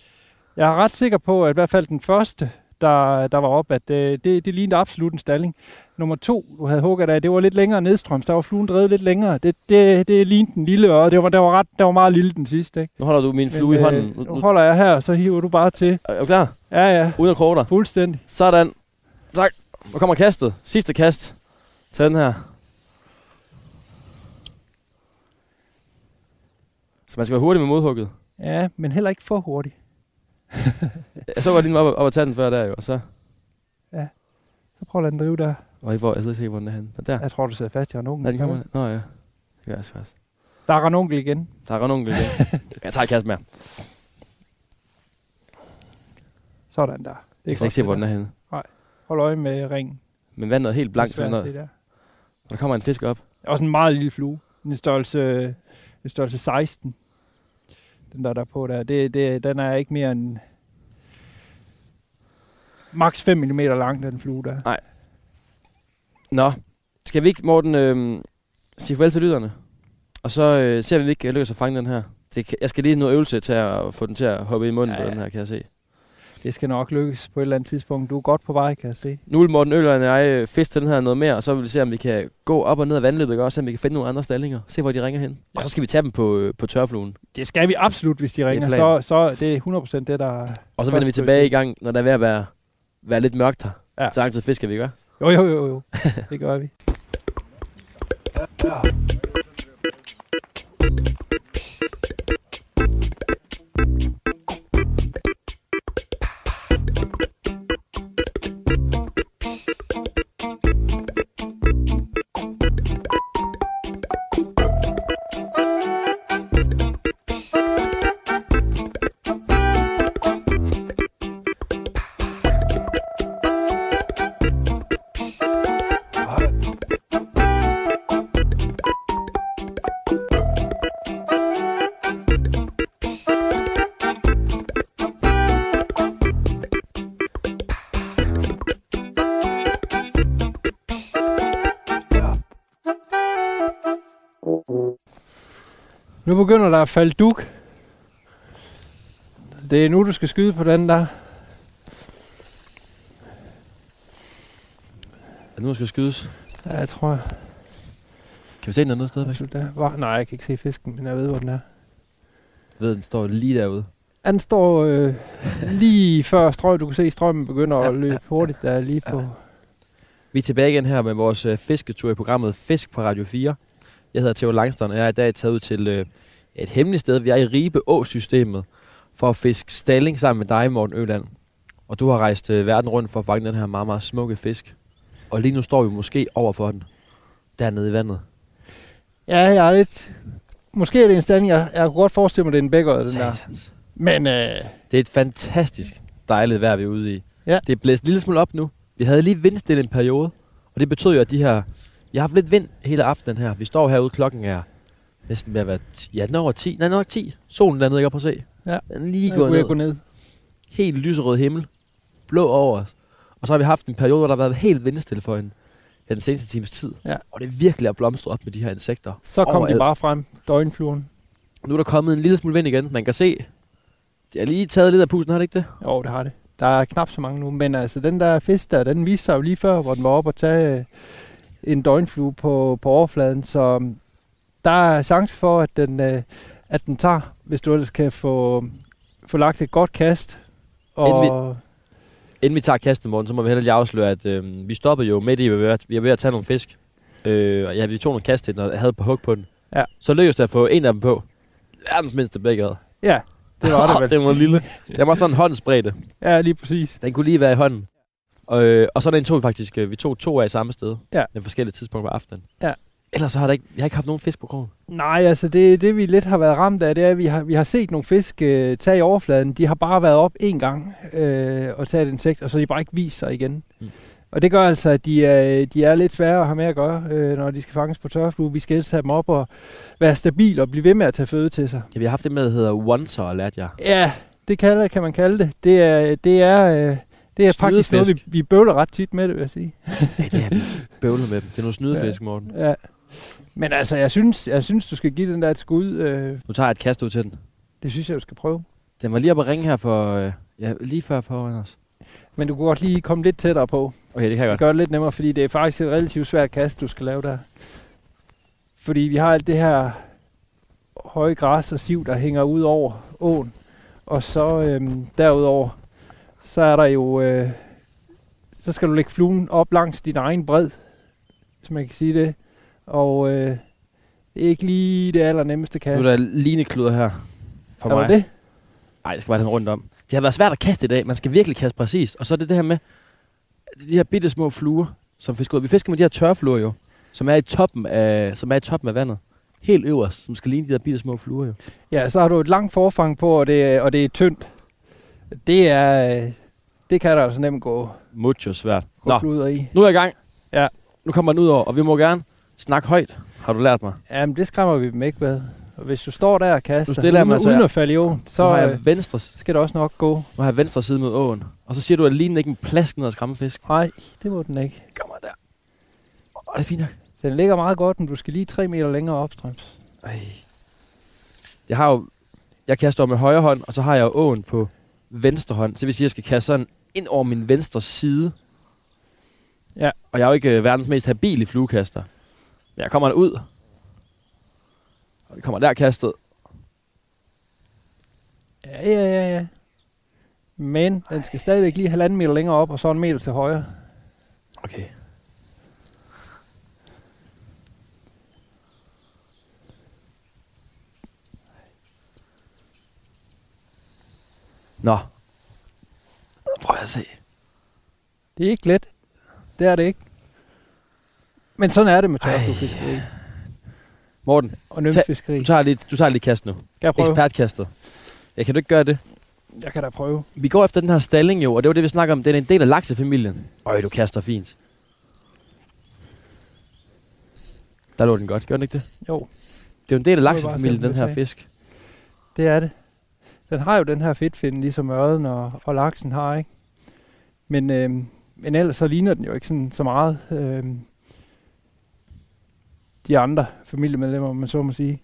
D: Jeg er ret sikker på, at i hvert fald den første, der, der var op, at øh, det, det lignede absolut en stalling. Nummer to, du havde hugget af, det var lidt længere nedstrøms. Der var fluen drevet lidt længere. Det, det, det lignede den lille, og det var, der, var ret, der var meget lille den sidste. Ikke?
C: Nu holder du min flue i
D: Men, øh, oh.
C: hånden. Nu,
D: Nu
C: nu,
D: holder jeg her, og så hiver du bare til.
C: er du klar?
D: Ja, ja,
C: Uden at kroge dig.
D: fuldstændig.
C: Sådan. Tak. Nu kommer kastet. Sidste kast. Tag den her. Så man skal være hurtig med modhugget.
D: Ja, men heller ikke for hurtigt.
C: Ja, så var jeg lige op, op og tage den før der jo, og så...
D: Så prøv at lade den drive der.
C: Og jeg, hvor, jeg ved ikke, hvor den er henne. Den Der.
D: Jeg tror, du sidder fast i ranunken.
C: Nej, den kommer. Nå ja. Det gør jeg sgu også.
D: Der er ranunkel igen.
C: Der er ranunkel igen. jeg tager et kast mere.
D: Sådan der. Det
C: Jeg kan ikke se, hvor den er henne.
D: Hold øje med ringen.
C: Men vandet er helt
D: Det er
C: blankt.
D: svært
C: Sådan noget.
D: at se der.
C: Og der kommer en fisk op.
D: Det er også en meget lille flue. En størrelse, en størrelse 16. Den der der er på der. Det, det, den er ikke mere end maks 5 mm lang, den flue der.
C: Nå. Skal vi ikke, Morten, øh, sige farvel til lytterne? Og så øh, ser vi, om vi ikke lykkes at fange den her. Det, kan- jeg skal lige noget øvelse til at få den til at hoppe i munden
D: Ja,
C: ja, på
D: ja.
C: den her, kan jeg se.
D: Det skal nok lykkes på et eller andet tidspunkt. Du er godt på vej, kan jeg se.
C: Nu vil Morten Øland og jeg øh, fiske til den her noget mere, og så vil vi se, om vi kan gå op og ned ad vandløbet, ikke? og se om vi kan finde nogle andre stallinger. Se, hvor de ringer hen. Ja. Og så skal vi tage dem på, øh, på tørfluen.
D: Det skal vi absolut, hvis de
C: er
D: ringer.
C: planen.
D: Så, så det er 100% det, der...
C: Og så
D: Først
C: vender vi
D: prioritet.
C: tilbage i gang, når der er ved at være, være lidt mørkt her.
D: Ja.
C: Ja. Så lang tid fisker vi, ikke?
D: Jo, jo, jo, jo. Det gør vi. Nu begynder der at falde duk. Det er nu, du skal skyde på den der.
C: Ja, nu skal skydes.
D: Ja, jeg tror,
C: Kan vi se den andet sted?
D: jeg der. Hvor? Nej, jeg kan ikke se fisken, men jeg ved, hvor den er.
C: Jeg ved, den står lige derude.
D: Ja, Den står øh, lige før strøm. Du kan se, at strømmen begynder at løbe hurtigt. Der er lige på.
C: Vi er tilbage igen her med vores øh, fisketur i programmet Fisk på Radio 4. Jeg hedder Theo Langstrøm, og jeg er i dag taget ud til øh, et hemmeligt sted. Vi er i Ribe systemet for at fiske stalling sammen med dig, Morten Øland. Og du har rejst øh, verden rundt for at fange den her meget, meget smukke fisk. Og lige nu står vi måske over for den, dernede i vandet.
D: Ja, jeg er lidt... Måske er det en standing. Jeg, jeg kunne godt forestille mig, at det er en bækker, den der.
C: Satans.
D: Men øh,
C: Det er et fantastisk dejligt vejr, vi er ude i.
D: Ja.
C: Det er blæst en lille smule op nu. Vi havde lige vindstille en periode, og det betød jo, at de her... Jeg har haft lidt vind hele aftenen her. Vi står herude, klokken er næsten ved at være... Ti, ja, den er over 10. Nej, den er nok 10. Solen er nede, jeg kan prøve at se.
D: Ja.
C: Den er lige
D: jeg kunne
C: gået
D: jeg gå
C: ned.
D: ned.
C: Helt lyserød himmel. Blå over os. Og så har vi haft en periode, hvor der har været helt vindstille for en, ja, den seneste times tid.
D: Ja.
C: Og det er virkelig at blomstre op med de her insekter.
D: Så kom de
C: Overalt.
D: bare frem, døgnfluren.
C: Nu er der kommet en lille smule vind igen. Man kan se... Det har lige taget lidt af pusen, har det ikke det?
D: Jo, det har det. Der er knap så mange nu, men altså den der fisk der, den viste sig jo lige før, hvor den var oppe og tage øh, en døgnflue på, på overfladen, så mm, der er chance for, at den, øh, at den tager, hvis du ellers kan få, få lagt et godt kast. Og
C: Inden vi tager kastet, Morten, så må vi heller lige afsløre, at øh, vi stoppede jo midt i, at vi var- vi var ved at tage nogle fisk. Øh, og ja, vi tog nogle kast til den, og jeg havde på hug på den.
D: Ja.
C: Så lykkedes det at få en af dem på. Verdens mindste bækkerhed.
D: ja, det var det vel.
C: den var lille. Den var sådan en håndsbredde.
D: Ja, lige præcis.
C: Den kunne lige være i hånden. Og, øh, og sådan en tog vi faktisk. øh, Vi tog to af samme sted.
D: Ja.
C: Med forskellige tidspunkter på aftenen.
D: Ja.
C: Ellers så har der ikke, jeg har ikke haft nogen fisk på krogen.
D: Nej, altså det, det vi lidt har været ramt af, det er, at vi har, vi har set nogle fisk øh, tage i overfladen. De har bare været op én gang øh, og taget et insekt, og så har de bare ikke vist sig igen.
C: Mm.
D: Mm. Og det gør altså, at de er, de er lidt svære at have med at gøre, øh, når de skal fanges på tørflue. Vi skal helst have dem op og være stabil og blive ved med at tage føde til sig.
C: Ja, vi har haft det med, der hedder Oncer, lærte jeg.
D: Ja, det kalder, kan man kalde det. Det er, det er, øh, det er faktisk noget, vi,
C: Snydefisk.
D: vi bøvler ret tit med det, vil jeg sige.
C: Ja, det er vi bøvlet med dem. Det er nogle snydefisk, Morten.
D: Ja. Men altså, jeg synes, jeg synes, du skal give den der et skud. Øh,
C: Nu tager jeg et kast ud til den.
D: det synes jeg, du skal prøve.
C: Den var lige oppe at ringe her for... Øh, ja, lige før foran os.
D: Men du kunne godt lige komme lidt tættere på.
C: Okay, det kan jeg
D: Det
C: godt.
D: gør det lidt nemmere, fordi det er faktisk et relativt svært kast, du skal lave der. Fordi vi har alt det her høje græs og siv, der hænger ud over åen. Og så øhm, derudover, så er der jo, øh, så skal du lægge fluen op langs din egen bred, hvis man kan sige det. Og øh, det er ikke lige det allernemmeste kast.
C: Nu er der linekluder her for
D: er
C: mig.
D: det det?
C: Nej, jeg skal bare have den rundt om. Det har været svært at kaste i dag. Man skal virkelig kaste præcis. Og så er det det her med de her bitte små fluer, som fisker ud. Vi fisker med de her tørfluer jo, som er i toppen af, som er i toppen af vandet. Helt øverst, som skal ligne de der bitte små fluer jo.
D: Ja, så har du et langt forfang på, og det, er- og det er tyndt. Det er, øh, det kan der altså nemt gå,
C: Mucho svært.
D: gå
C: Nå,
D: kluder i.
C: nu er jeg i gang.
D: Ja.
C: Nu kommer den ud over, og vi må gerne snakke højt. Har du lært mig?
D: Jamen, det skræmmer vi dem ikke med. Og hvis du står der og kaster,
C: Nu stiller jeg
D: uden,
C: mig, så
D: uden
C: jeg-
D: at falde i åen,
C: Så nu har
D: så øh,
C: jeg venstre, s-
D: skal det også nok gå.
C: nu har jeg venstre side mod åen. Og så siger du, at lignen ikke en plask ned og skræmme fisk.
D: Nej, det må den ikke.
C: Kommer der. Åh, det er fint nok.
D: Den ligger meget godt, men du skal lige 3 meter længere opstrøms.
C: Ej. Jeg har jo... Jeg kaster med højre hånd, og så har jeg jo åen på venstre hånd. Så det vil sige, at jeg skal kaste sådan ind over min venstre side.
D: Ja.
C: Og jeg er jo ikke øh, verdens mest habile fluekaster. Men jeg kommer ud. Og det kommer der kastet.
D: Ja, ja, ja, ja. Men den skal stadigvæk lige halvanden meter længere op, og så en meter til højre.
C: Okay. Nå. Prøv at se.
D: Det er ikke let. Det er det ikke. Men sådan er det med tørfluefiskeri
C: Morten,
D: og nymfiskeri.
C: du tager lige, du tager lige kast nu.
D: Kan jeg prøve?
C: Ekspertkastet. Jeg kan du ikke gøre det.
D: Jeg kan da prøve.
C: Vi går efter den her stalling jo, og det var det, vi snakker om. Den er en del af laksefamilien. Øj, du kaster fint. Der lå den godt, gør den ikke det?
D: Jo,
C: Det er jo en del af
D: Det må jeg bare
C: laksefamilien,
D: selv
C: den her
D: sige.
C: fisk.
D: det er det. Den har jo den her fedtfinde, ligesom ørden og, og laksen har, ikke? Men, øhm, men ellers så ligner den jo ikke sådan, så meget øhm, de andre familiemedlemmer, om man så må sige.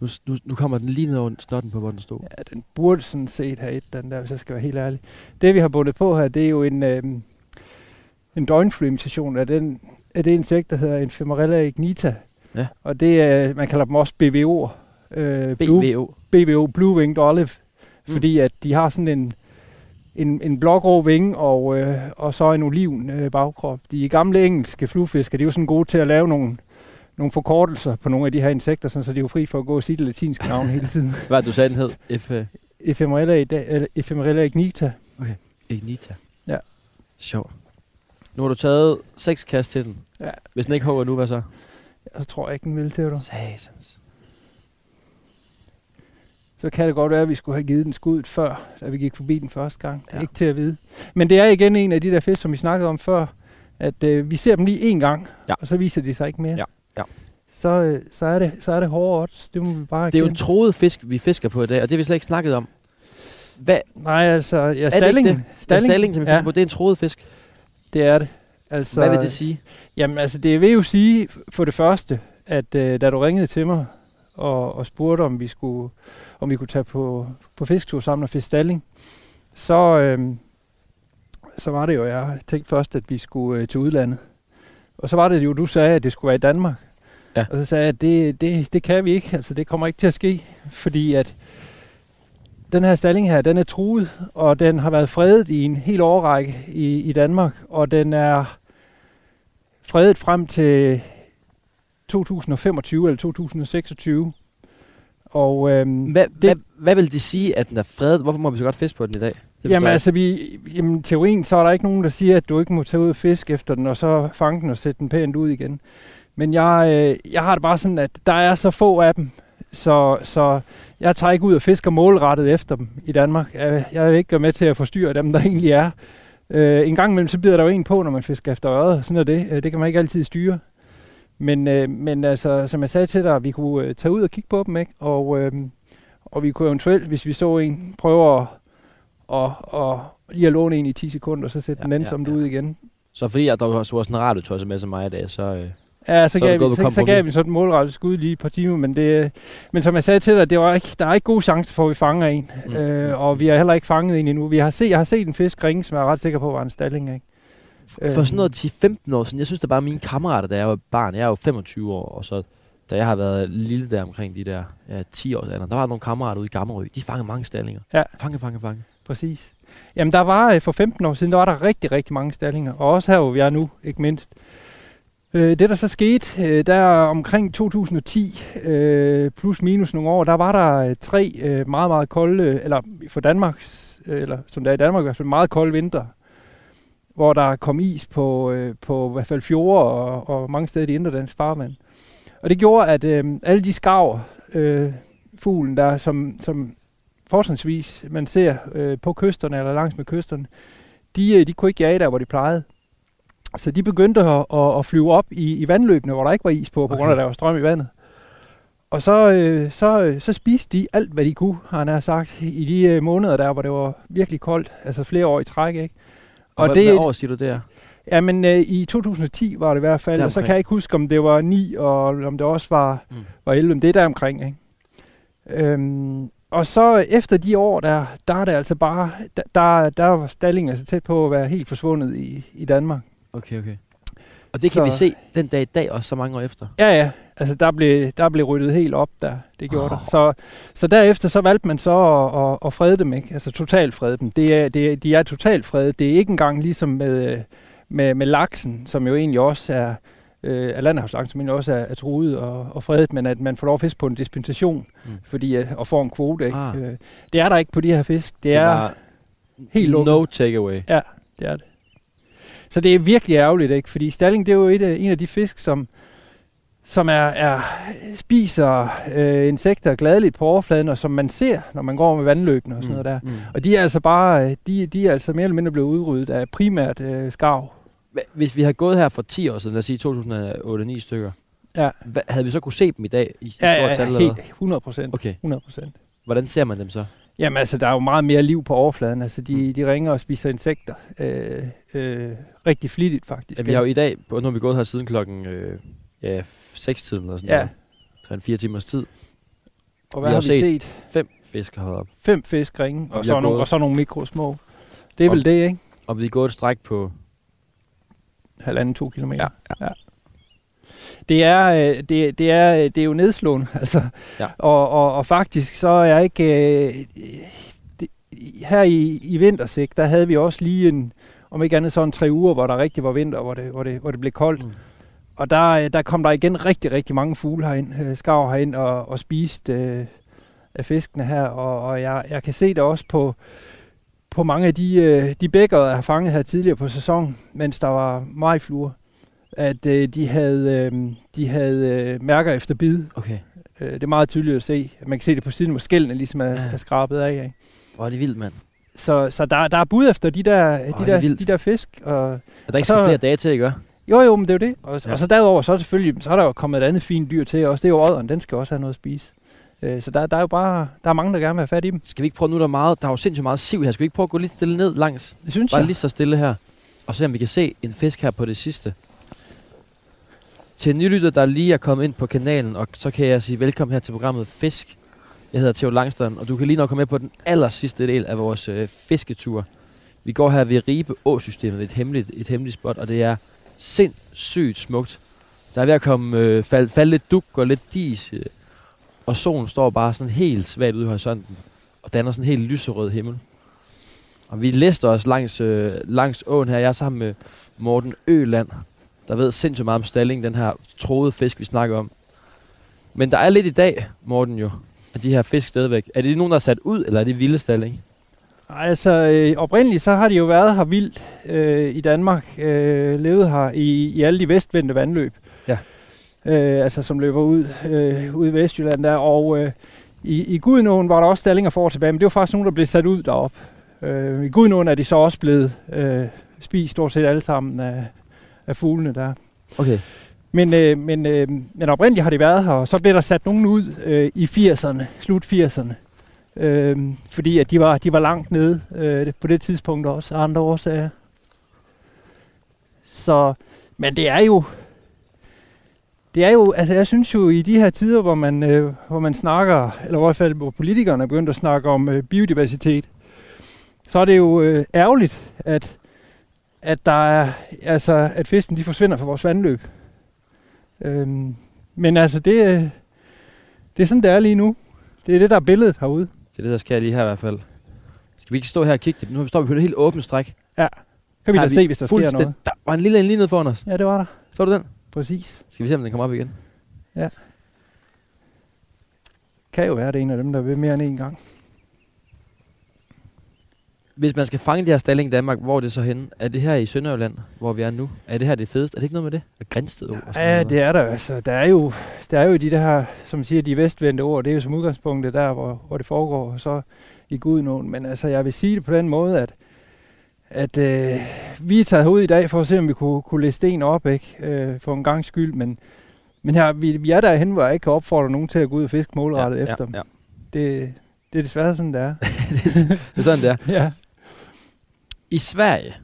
C: Nu, nu, nu kommer den lige ned over snotten på, hvor den stod.
D: Ja, den burde sådan set have et, den der, hvis jeg skal være helt ærlig. Det, vi har bundet på her, det er jo en, øhm, en døgnflueimitation af, den, af det insekt, der hedder en femarella ignita.
C: Ja.
D: Og det er, man kalder dem også BVO'er. Øh, blue-
C: BVO.
D: BVO, Blue Winged Olive,
C: Mm.
D: fordi at de har sådan en, en, en blågrå vinge og, øh, og så en oliven øh, bagkrop. De gamle engelske fluefiskere, de er jo sådan gode til at lave nogle, nogle forkortelser på nogle af de her insekter, sådan, så de er jo fri for at gå og sige det latinske navn hele tiden.
C: Hvad er det, du sagde, den hed? F, uh,
D: Ephemerella, i dag, eller Ephemerella ignita.
C: Ignita.
D: Ja.
C: Sjov. Nu har du taget seks kast til den.
D: Ja.
C: Hvis den ikke hugger nu, hvad så?
D: Så tror jeg ikke, den vil til dig.
C: Satans.
D: Så kan det godt være, at vi skulle have givet den skuddet før, da vi gik forbi den første gang. Det er
C: Ja.
D: ja. ikke til at vide. Men det er igen en af de der fisk, som vi snakkede om før, at øh, vi ser dem lige én gang,
C: Ja.
D: og så viser de sig ikke mere.
C: Ja, ja.
D: Så, øh, så, er det, så er det hårde odds. Det må vi bare
C: Det er jo en
D: erkende.
C: troet fisk, vi fisker på i dag, og det har vi slet ikke snakket om. Hvad
D: Nej, altså, ja,
C: det ikke
D: stallingen.
C: det? stalling, stalling som vi fisker
D: ja,
C: ja. på, det er en troet fisk.
D: det er det. Altså,
C: Hvad vil det sige?
D: Jamen altså, det vil jo sige for det første, at øh, da du ringede til mig og, og spurgte, om vi, skulle, om vi kunne tage på, på fisketur sammen og fiske stalling, så, øh, så var det jo, jeg tænkte først, at vi skulle øh, til udlandet. Og så var det jo, du sagde, at det skulle være i Danmark.
C: Ja.
D: Og så sagde jeg, at det, det, det kan vi ikke, altså det kommer ikke til at ske, fordi at den her stalling her, den er truet, og den har været fredet i en hel årrække i, i Danmark, og den er fredet frem til 2025 eller 2026. Og øhm,
C: Hvad, det, hvad, hvad vil det sige, at den er fredet? Hvorfor må vi så godt fiske på den i dag? Det forstår
D: jamen
C: jeg
D: altså, vi, jamen, teorien, så er der ikke nogen, der siger, at du ikke må tage ud og fiske efter den, og så fange den og sætte den pænt ud igen. Men jeg, øh, jeg har det bare sådan, at der er så få af dem, så, så jeg tager ikke ud og fisker målrettet efter dem i Danmark. Jeg, jeg vil ikke gøre med til at forstyrre dem, der egentlig er. Øh, en gang imellem, så bider der jo en på, når man fisker efter øret. Sådan er det. Øh, det kan man ikke altid styre. Men, øh, men altså, som jeg sagde til dig, vi kunne øh, tage ud og kigge på dem, ikke? Og, øh, og vi kunne eventuelt, hvis vi så en, prøve at, at, at, at lige at låne en i 10 sekunder, og så sætte
B: Ja,
D: ja, den anden
B: ja,
D: som
B: ja.
D: ud igen.
B: Så fordi jeg dog også var sådan en radiotøjse med som mig i dag, så... Øh,
D: Ja, så,
B: Så
D: så,
B: er du
D: gav,
B: gået
D: vi,
B: på
D: så, så
B: kompromis.
D: gav vi sådan et målrettet skud lige et par timer, men, det, øh, men som jeg sagde til dig, det var ikke, der er ikke god chance for, at vi fanger en.
B: Mm.
D: Mm. Øh, og vi har heller ikke fanget en endnu. Vi har set, jeg har set en fisk ringe, som jeg er ret sikker på var en stalling. Ikke? øh,
C: For sådan noget 10-15 år siden, jeg synes da bare, mine kammerater, da jeg var barn, jeg er jo 25 år, og så da jeg har været lille der omkring de der ja, 10 års alder, der var nogle kammerater ude i Gammerø, de fangede mange stallinger.
D: Ja.
C: Fange, fange, fange.
D: Præcis. Jamen, der var øh, for 15 år siden, der var der rigtig, rigtig mange stallinger. Og også her, hvor vi er nu, ikke mindst. Øh, det, der så skete, øh, der omkring 2010, øh, plus minus nogle år, der var der øh, tre øh, meget, meget kolde, øh, eller for Danmarks, øh, eller som der er i Danmark i hvert fald, meget kolde vinter, hvor der kom is på, øh, på i hvert fald fjorde og, og mange steder i de indre danske farvand. Og det gjorde, at øh, alle de skarver, øh, fuglen der, som, som fortrinsvis man ser øh, på kysterne eller langs med kysterne, de, øh, de kunne ikke jage der, hvor de plejede. Så de begyndte at, at, at flyve op i, i vandløbene, hvor der ikke var is på, på grund af, at der var strøm i vandet. Og så, øh, så, øh, så spiste de alt, hvad de kunne, har han nær sagt, i de øh, måneder der, hvor det var virkelig koldt, altså flere år i træk, ikke?
C: Og, og hvad, det, hvad år siger du der?
D: Jamen, øh, i 2010 var det i hvert fald, og så
C: Deromkring.
D: kan jeg ikke huske, om det var 9, og om det også var,
C: Mm.
D: mm. var 11, men det er der omkring, ikke? Øhm, og så efter de år, der, der er det altså bare, der, der, der var stallingen altså tæt på at være helt forsvundet i, i Danmark.
C: Okay, okay. Og det kan
D: Så-
C: vi se den dag i dag, også så mange år efter.
D: Ja, ja, altså der blev, der blev ryddet helt op der, det gjorde oh.
C: Åh.
D: der. Så, så derefter så valgte man så at, at, at frede dem, ikke? Altså totalt frede dem. Det er, det, er- de er totalt fredet. Det er ikke engang ligesom med, øh, med, med laksen, som jo egentlig også er, øh, er landhavslaksen, som egentlig også er, er truet og, og fredet, men at man får lov at fiske på en dispensation
C: Mm.
D: mm. fordi, øh, og får en kvote. Ikke?
C: Ah.
D: Øh, det er der ikke på de her fisk. Det, det
C: det
D: er
C: var
D: helt lukket.
C: No takeaway.
D: Det er det. Så det er virkelig ærgerligt, ikke? Fordi stalling, det er jo et, af- en af de fisk, som, som er, er spiser øh, insekter gladeligt på overfladen, og som man ser, når man går med vandløbene og sådan mm. noget der.
C: Mm.
D: Og de er altså bare, øh, de, de er altså mere eller mindre blevet udryddet af primært øh, skarv.
C: Hva- Hvis vi havde gået her for 10 år siden, lad os sige 2008-9 stykker,
D: Ja.
C: hva, havde vi så kunne se dem i dag i, i ja, stort tal? eller
D: helt
C: hvad?
D: 100 procent.
C: Okay,
D: 100 procent.
C: hvordan ser man dem så?
D: Jamen altså, der er jo meget mere liv på overfladen. Altså,
C: Mm.
D: de, de ringer og spiser insekter. Øh, øh, rigtig flittigt, faktisk.
C: Ja, vi har jo i dag, nu har vi gået her siden klokken øh, ja, 6 tiden eller sådan
D: Ja.
C: noget. 4 timers tid.
D: og
C: vi har
D: hvad har vi
C: set-
D: set?
C: Fem fisk har op.
D: fem fisk ringe,
C: Og
D: og,
C: vi har
D: så nogle,
C: gået-
D: og så nogle mikrosmå. Det er
C: Og-
D: vel det, ikke?
C: Og vi er gået et stræk på...
D: Halvanden, to kilometer. Ja. ja. Det, er, øh, det, det, er, øh, det er jo nedslående, altså.
C: Ja.
D: Og, og, og faktisk så er jeg ikke... Øh, det, her i, i vintersæk, der havde vi også lige en, om ikke andet så en tre uger, hvor der rigtig var vinter, hvor det, hvor det, hvor det blev koldt.
C: Mm.
D: Mm. Og der, øh, der kom der igen rigtig, rigtig mange fugle herind, øh, skarv herind og, og spiste øh, af fiskene her. Og, og jeg, jeg kan se det også på, på mange af de, øh, de bækker, jeg har fanget her tidligere på sæsonen, mens der var majfluer, at øh, de havde, øh, de havde øh, mærker efter bid.
C: Okay.
D: Øh, det er meget tydeligt at se. Man kan se det på siden, hvor skældene ligesom er,
C: Ja.
D: ja. er skrabet af. Ikke?
C: Hvor er det vildt, mand.
D: Så, så der, der er bud efter de der,
C: det er
D: de der,
C: vildt.
D: de der fisk. Og,
C: Er der ikke
D: Og
C: så
D: så-
C: flere dage til, ikke? hva'?
D: jo, jo, men det er jo det. Og,
C: Ja.
D: ja. og så derudover, så er, det selvfølgelig, så er der jo kommet et andet fint dyr til også. Det er jo odderen, den skal også have noget at spise. Øh, så der, der er jo bare der er mange, der gerne vil have fat i dem.
C: Skal vi ikke prøve nu, der er meget... Der er jo sindssygt meget siv her. Skal vi ikke prøve at gå lidt stille ned langs?
D: Det synes
C: Bare
D: jeg.
C: lige så stille her. Og se, om vi kan se en fisk her på det sidste. Til en nylytter, der lige er kommet ind på kanalen, og så kan jeg sige velkommen her til programmet Fisk. Jeg hedder Theo Langstrøm, og du kan lige nok komme med på den aller sidste del af vores øh, fisketur. Vi går her ved Ribe Å-systemet, et hemmeligt, et hemmeligt spot, og det er sindssygt smukt. Der er ved at komme, øh, fald, falde lidt duk og lidt dis, øh, og solen står bare sådan helt svagt ude i horisonten, og danner sådan en helt lyserød himmel. Og vi lister os langs, øh, langs åen her. Jeg er sammen med Morten Øland, der ved sindssygt meget om stalling, den her troede fisk, vi snakker om. Men der er lidt i dag, Morten jo, af de her fisk stadigvæk. Er det nogen, der er sat ud, eller er det vilde stalling?
D: Nej, altså øh, oprindeligt så har de jo været her vildt øh, i Danmark, øh, levet her i, i alle de vestvendte vandløb,
C: Ja.
D: øh, altså som løber ud, øh, ud i Vestjylland der, og øh, i, i Gudenåen var der også stallinger for og tilbage, men det var faktisk nogen, der blev sat ud derop. Øh, I Gudenåen er de så også blevet øh, spist stort set alle sammen af, af fuglene der.
C: Okay.
D: Men, øh, men, øh, men oprindeligt har de været her, og så blev der sat nogen ud øh, i 80'erne, slut 80'erne. Øh, fordi at de var, de var langt nede øh, på det tidspunkt også, af andre årsager. Så, men det er jo, det er jo, altså jeg synes jo i de her tider, hvor man, øh, hvor man snakker, eller i hvert fald hvor politikerne er begyndt at snakke om øh, biodiversitet, så er det jo øh, ærgerligt, at, at, der er, altså, at fisken de forsvinder fra vores vandløb. Øhm, men altså, det, øh, det er sådan, det er lige nu. Det er det, der er billedet herude.
C: Det er det, der sker lige her i hvert fald. Skal vi ikke stå her og kigge det? Nu står vi på et helt åbent stræk.
D: Kan vi
C: Har
D: da se, hvis der sker
C: fuldstænd-
D: noget.
C: Der var en lille en lige nede foran os.
D: Ja, det var der.
C: Så du den?
D: Præcis.
C: Skal vi se, om den kommer op igen?
D: Kan jo være, det er en af dem, der vil mere end en gang.
C: Hvis man skal fange de her stalling i Danmark, hvor er det så henne? Er det her i Sønderjylland, hvor vi er nu? Er det her det fedeste? Er det ikke noget med det? Er Grænsted Å og sådan
D: Ja,
C: noget?
D: det er der altså. Der er jo, der er jo de der, som man siger, de vestvendte ord, det er jo som udgangspunkt det der, hvor, hvor det foregår, og så i Gudenåen. Men altså, jeg vil sige det på den måde, at, at øh, vi er taget ud i dag for at se, om vi kunne, kunne læse sten op, ikke? Øh, for en gang skyld, men, men her, vi, vi er derhen, hvor jeg ikke kan opfordre nogen til at gå ud og fiske målrettet ja, efter dem.
C: Ja, ja.
D: Det, det er desværre sådan, det er.
C: Det er sådan, det er.
D: ja.
C: I Sverige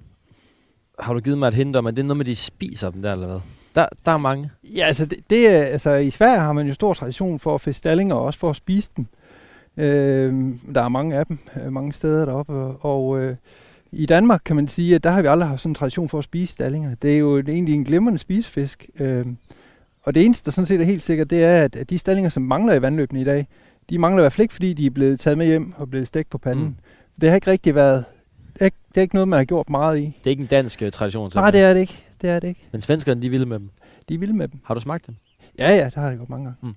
C: har du givet mig et hint om, at det er noget med, de spiser dem der, eller hvad? Der, der er mange.
D: Ja, altså, det, det, er- altså i Sverige har man jo stor tradition for at fiske stallinger og også for at spise dem. Øh, der er mange af dem, øh, mange steder deroppe. Og, og øh, i Danmark kan man sige, at der har vi aldrig haft sådan en tradition for at spise stallinger. Det er jo egentlig en glimrende spisefisk. Øh, og det eneste, der sådan set er helt sikkert, det er, at at de stallinger, som mangler i vandløbene i dag, de mangler i hvert fald ikke, fordi de er blevet taget med hjem og blevet stegt på panden.
C: Mm.
D: Mm. Det har ikke rigtig været... Det er, ikke, det er ikke noget, man har gjort meget i.
C: Det er ikke en dansk øh, tradition.
D: Nej, det er det ikke. Det er det ikke.
C: Men svenskerne, de er vilde med dem.
D: De er vilde med dem.
C: Har du smagt dem?
D: Ja, ja, det har jeg gjort mange gange.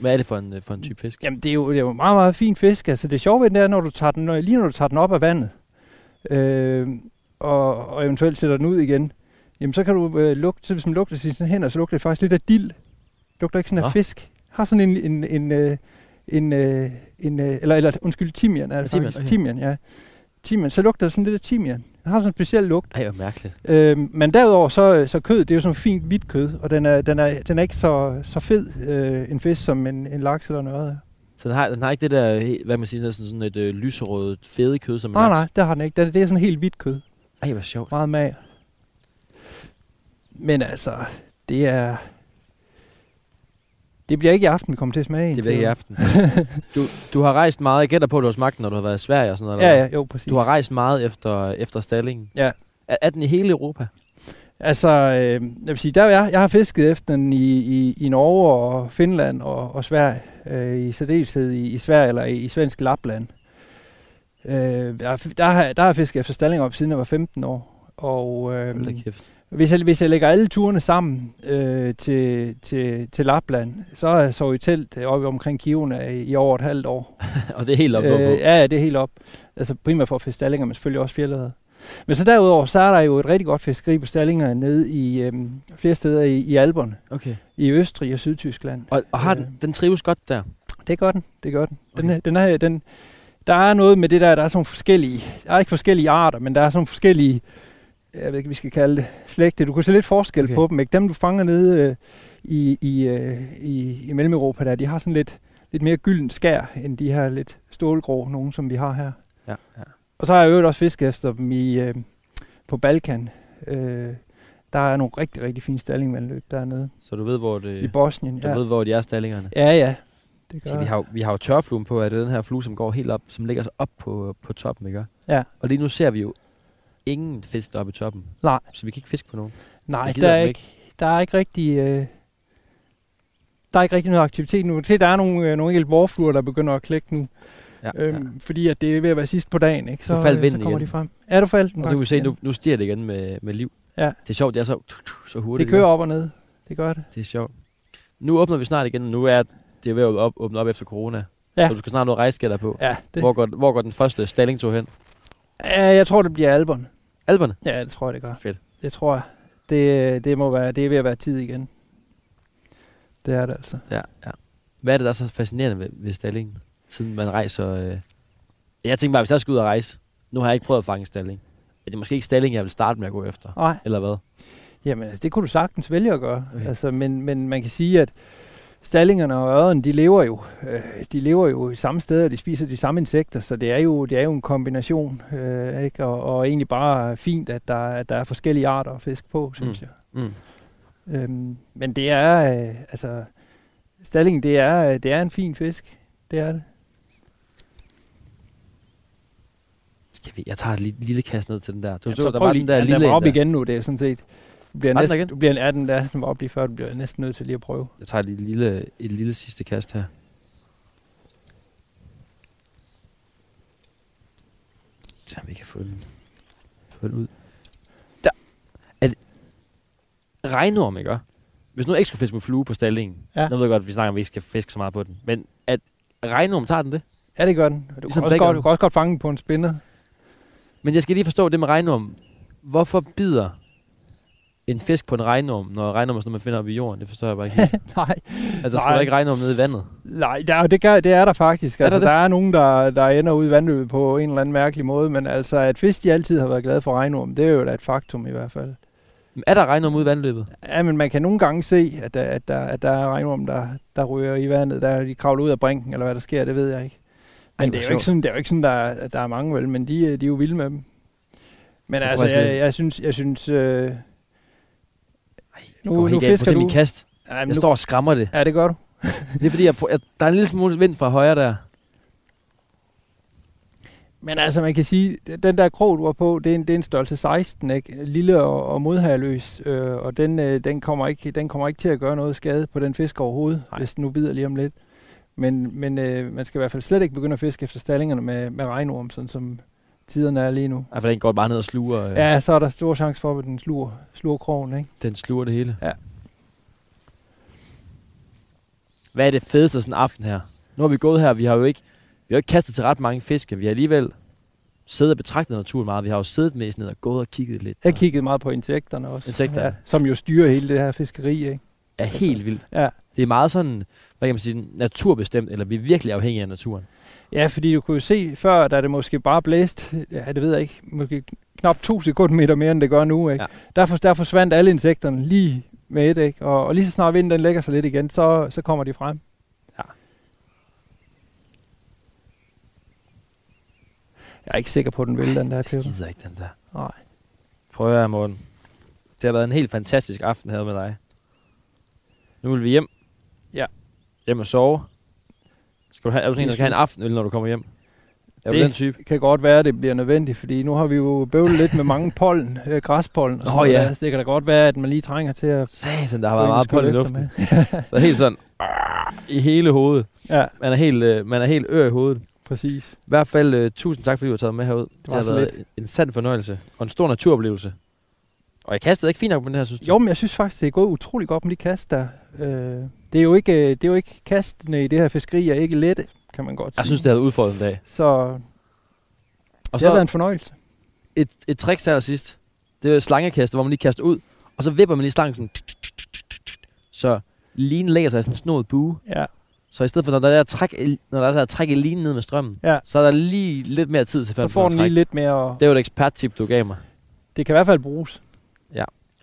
C: Hvad er det for en, øh, for en type fisk?
D: Jamen, det er jo, det er jo meget, meget fin fisk. Altså, det sjove ved den er, når du tager den, når, lige når du tager den op af vandet, øh, og, og eventuelt sætter den ud igen, jamen, så kan du øh, lugte, så hvis man lugter sine hænder, så lugter det faktisk lidt af dild. Lugter ikke sådan
C: Nå.
D: af fisk. Har sådan en, en, en, øh, en, øh, en øh, eller, eller undskyld, timian er det
C: Ja, timian,
D: faktisk.
C: okay.
D: Timian, ja. Timian, så lugter det sådan lidt af timian. Den har sådan en speciel lugt.
C: Ej, hvor mærkeligt.
D: Øh, men derudover så, så kød, det er jo sådan fint hvidt kød, og den er, den er, den er ikke så, så fed øh, en fisk som en, en laks eller noget. Er.
C: Så den har, den har ikke det der, øh, hvad man siger, sådan, sådan et øh, lyserødt fede kød, som en
D: Nej,
C: laks?
D: nej, det har den ikke. Den, det er sådan helt hvidt kød.
C: Ej, hvor sjovt.
D: Meget mager. Men altså, det er... Det bliver ikke i aften, vi kommer til at smage
C: Det
D: en til.
C: bliver ikke i aften. Du, du har rejst meget. Jeg gætter på, at du har smagt den, når du har været i Sverige og sådan noget.
D: Ja,
C: eller
D: ja, jo, præcis.
C: Du har rejst meget efter, efter stallingen.
D: Ja.
C: Er, er den i hele Europa?
D: Altså, øh, jeg vil sige, der er jeg, jeg har fisket efter den i, i, i Norge og Finland og, og Sverige. Øh, I særdeleshed i, i Sverige eller i, i svensk Lapland. Øh, jeg, har f- der, har, der har jeg fisket efter stallinger op, siden jeg var 15 år. Og, øh,
C: Hold da kæft.
D: Hvis jeg, hvis jeg lægger alle turene sammen øh, til, til, til Lapland, så er jeg sovet i telt øh, oppe omkring Kiruna i, i over et halvt år.
C: og det er helt op øh, på.
D: ja, ja, det er helt op. Altså primært for at fiske stallinger, men selvfølgelig også fjellerede. Men så derudover, så er der jo et rigtig godt fiskeri på stallinger nede i øh, flere steder i, i Alberne,
C: Okay.
D: i Østrig og Sydtyskland.
C: Og, og har
D: Øh.
C: den, den trives godt der?
D: Det gør den, det gør den. Den,
C: Okay.
D: okay. den, er, den der er noget med det der, der er sådan forskellige, der er ikke forskellige arter, men der er sådan forskellige, jeg ved ikke, vi skal kalde det, slægte. Du kan se lidt forskel
C: Okay.
D: okay. på dem, ikke? Dem, du fanger nede øh, i, i, øh, i, i Mellemeuropa, der, de har sådan lidt, lidt mere gylden skær, end de her lidt stålgrå, nogen som vi har her.
C: Ja, ja.
D: Og så har jeg i øvrigt også fisket efter dem i, øh, på Balkan. Øh, der er nogle rigtig, rigtig fine stallingvandløb dernede.
C: Så du ved, hvor,
D: Øh, I
C: det,
D: Bosnien,
C: du
D: ja.
C: ved, hvor de er stallingerne?
D: Ja, ja. Det
C: Se, vi har, jo- vi har jo tørfluen på, at det er den her flue, som går helt op, som ligger sig op på, på toppen, ikke?
D: Ja.
C: Og lige nu ser vi jo ingen fisk oppe i toppen.
D: Nej.
C: Så vi kan ikke fiske på nogen.
D: Nej,
C: Jeg gider
D: der er
C: dem
D: ikke, der er ikke rigtig... Øh, der er ikke rigtig noget aktivitet nu. Se, der er nogle, øh, nogle helt vorfluer, der begynder at klække nu.
C: Ja,
D: Øhm, Fordi at det er ved at være sidst på dagen, ikke? Så,
C: Nu faldt
D: øh,
C: vinden
D: så kommer
C: igen.
D: de frem. Er du faldt den
C: Og du kan
D: faktisk
C: se,
D: igen.
C: nu, nu stiger det igen med, med liv.
D: Ja.
C: Det er sjovt, det er så, så hurtigt.
D: Det kører op og ned. Det gør det.
C: Det er sjovt. Nu åbner vi snart igen. Nu er det er ved at op, åbne op efter corona.
D: Ja.
C: Så du skal snart noget rejsgætter på.
D: Ja, det.
C: Hvor, går, hvor går den første stallingtur hen?
D: Ja, jeg tror, det bliver alberne.
C: Alberne?
D: Ja, det tror jeg, det gør.
C: Fedt.
D: Det tror jeg. Det, det må være, det er ved at være tid igen. Det er det altså.
C: Ja, ja. Hvad er det, der er så fascinerende ved, ved stallingen, siden man rejser... Øh... Jeg tænkte bare, hvis jeg skulle ud og rejse, Nu har jeg ikke prøvet at fange stalling. Men det er måske ikke stalling, jeg vil starte med at gå efter.
D: Nej.
C: Eller hvad?
D: Jamen, altså, det kunne du sagtens vælge at gøre.
C: Okay.
D: Okay. Altså, men, men man kan sige, at stallingerne og ørden, de lever jo, øh, de lever jo i samme sted, og de spiser de samme insekter, så det er jo, det er jo en kombination, øh, ikke? Og, og egentlig bare fint, at der, at der er forskellige arter af fisk på, synes
C: Mm. Mm.
D: mm. jeg. Øhm, men det er, øh, altså, stalling, det er, øh, det er en fin fisk. Det er det.
C: Skal vi? Jeg tager et lille, lille kast ned til den der. Du
D: Jamen,
C: så, der
D: prøv
C: var
D: lige-
C: den der
D: ja,
C: lille
D: den var op
C: en der.
D: igen nu, det er sådan set. Du bliver,
C: Var den der
D: næsten,
C: igen?
D: du bliver en 18 der, den var op lige før, du bliver næsten nødt til lige at prøve.
C: Jeg tager lige et lille, et lille sidste kast her. Så vi kan få den, få den ud. Der. Er det regnorm, ikke? også? Hvis nu jeg ikke skulle fiske med flue på stallingen,
D: Ja.
C: ja. nu ved jeg godt, at vi snakker, om, at vi ikke skal fiske så meget på den, men at regnorm tager den det?
D: Ja, det gør den. Og Du,
C: Ligesom
D: kan, også
C: bacon.
D: godt, du kan også godt fange den på en spinner.
C: Men jeg skal lige forstå det med regnorm. Hvorfor bider en fisk på en regnorm, når regnorm er sådan noget, man finder op i jorden? Det forstår jeg bare ikke helt.
D: Nej,
C: Altså, der
D: Nej.
C: skulle ikke regnorm nede i vandet.
D: nej der, er jo- det, gør, det er der faktisk.
C: Er
D: altså,
C: der
D: der,
C: det?
D: er nogen, der, der ender ude i vandløbet på en eller anden mærkelig måde, men altså, at fisk de altid har været glade for regnorm, det er jo da et faktum i hvert fald.
C: Men Er der regnorm ude i vandløbet?
D: Ja, men man kan nogle gange se, at, der- at, der, at der er regnorm, der, der ryger i vandet, der de kravler ud af brinken, eller hvad der sker, det ved jeg ikke. Men
C: Ej,
D: det,
C: hvor
D: er jo
C: sjovt.
D: ikke sådan, det er jo ikke sådan, der, er- at der er mange vel, men de, øh, de er jo vilde med dem. Men
C: Jeg
D: altså,
C: tror, jeg skal-
D: jeg, jeg synes... Jeg synes øh,
C: Nu, går
D: nu, nu
C: helt galt på
D: fisker
C: selv
D: du.
C: min kast.
D: Ja, men
C: Jeg
D: nu,
C: står og skræmmer det.
D: ja, det gør du.
C: Det er fordi, jeg, prø- jeg, der er en lille smule vind fra højre der.
D: Men altså, man kan sige, at den der krog, du var på, det er en, det er en størrelse 16, ikke? Lille og, og modherløs, øh, og den, øh, den, kommer ikke, den kommer ikke til at gøre noget skade på den fisk overhovedet,
C: Nej.
D: Nej. hvis den nu bider lige om lidt. Men, men øh, man skal i hvert fald slet ikke begynde at fiske efter stallingerne med, med regnorm, sådan som tiderne er lige nu.
C: Ej, for den går bare ned og sluger, øh,
D: Ja, så er der stor chance for, at den slur, slur krogen, ikke?
C: den sluger det hele.
D: Ja.
C: Hvad er det fedeste sådan en aften her? Nu har vi gået her, vi har jo ikke, vi har jo ikke kastet til ret mange fiske. Vi har alligevel siddet og betragtet naturen meget. Vi har jo siddet mest ned og gået og kigget lidt.
D: Jeg kiggede meget på insekterne også.
C: Insekterne.
D: Ja, som jo styrer hele det her fiskeri, ikke?
C: er helt vildt.
D: Ja.
C: Det er meget sådan, hvad kan man sige, naturbestemt, eller vi er virkelig afhængige af naturen.
D: Ja, fordi du kunne jo se før, da det måske bare blæste, ja, det ved jeg ikke, måske knap to sekundmeter mere, end det gør nu. Ikke?
C: Ja.
D: Ja. Derfor, der forsvandt alle insekterne lige med et, ikke? Og, og lige så snart vinden den lægger sig lidt igen, så, så kommer de frem.
C: Ja.
D: Jeg er ikke sikker på, at den vil, den der til.
C: Jeg gider ikke den der.
D: Nej.
C: Prøv at høre, Morten. Det har været en helt fantastisk aften her med dig. Nu vil vi hjem.
D: Ja.
C: Hjem og sove. Skal du have, er du sådan en, der skal have en aftenøl, når du kommer hjem? Er du
D: Det-
C: den type?
D: Det kan godt være, at det bliver nødvendigt, fordi nu har vi jo bøvlet lidt med mange pollen, øh, græspollen.
C: Nå,
D: Og sådan noget
C: ja.
D: der, Så det kan da godt være, at man lige trænger til at
C: Satan, der har
D: få en
C: været meget på
D: skål
C: i
D: efter
C: luften.
D: med.
C: Der er helt sådan "Arr", i hele hovedet.
D: Ja,
C: Man er helt, øh, man er helt ør i hovedet.
D: præcis.
C: I hvert fald øh, tusind tak, fordi du har taget med herud. Det,
D: var
C: har
D: så
C: været en, en sand fornøjelse og en stor naturoplevelse. Og jeg kastede ikke fint nok på den her, synes du?
D: Jo, men jeg synes faktisk, det er gået utrolig godt med de kast der. Øh, det, er jo ikke, øh, det er jo ikke kastene i det her fiskeri, er ikke lette, kan man godt sige.
C: Jeg synes, det havde udfordret en dag.
D: Så
C: Og
D: det har
C: så
D: været en fornøjelse.
C: et, et trick her sidst. Det er slangekast, hvor man lige kaster ud, og så vipper man lige slangen sådan. Så linen lægger sig i sådan en snodet bue.
D: Ja,
C: Så i stedet for, når der er der træk, i- når der er der at trække linen ned med strømmen,
D: Ja.
C: så er der lige lidt mere tid til
D: så
C: fem
D: får den lige lidt mere, og
C: Det var et eksperttip, du gav mig.
D: det kan i hvert fald bruges.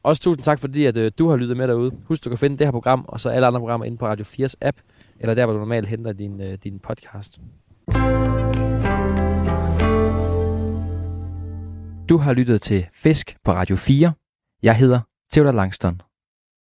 C: Også tusind tak, fordi at, øh, du har lyttet med derude. Husk, du kan finde det her program, og så alle andre programmer inde på Radio 4's app, eller der, hvor du normalt henter din, øh, din podcast. Du har lyttet til Fisk på Radio 4. Jeg hedder Theodor Langston.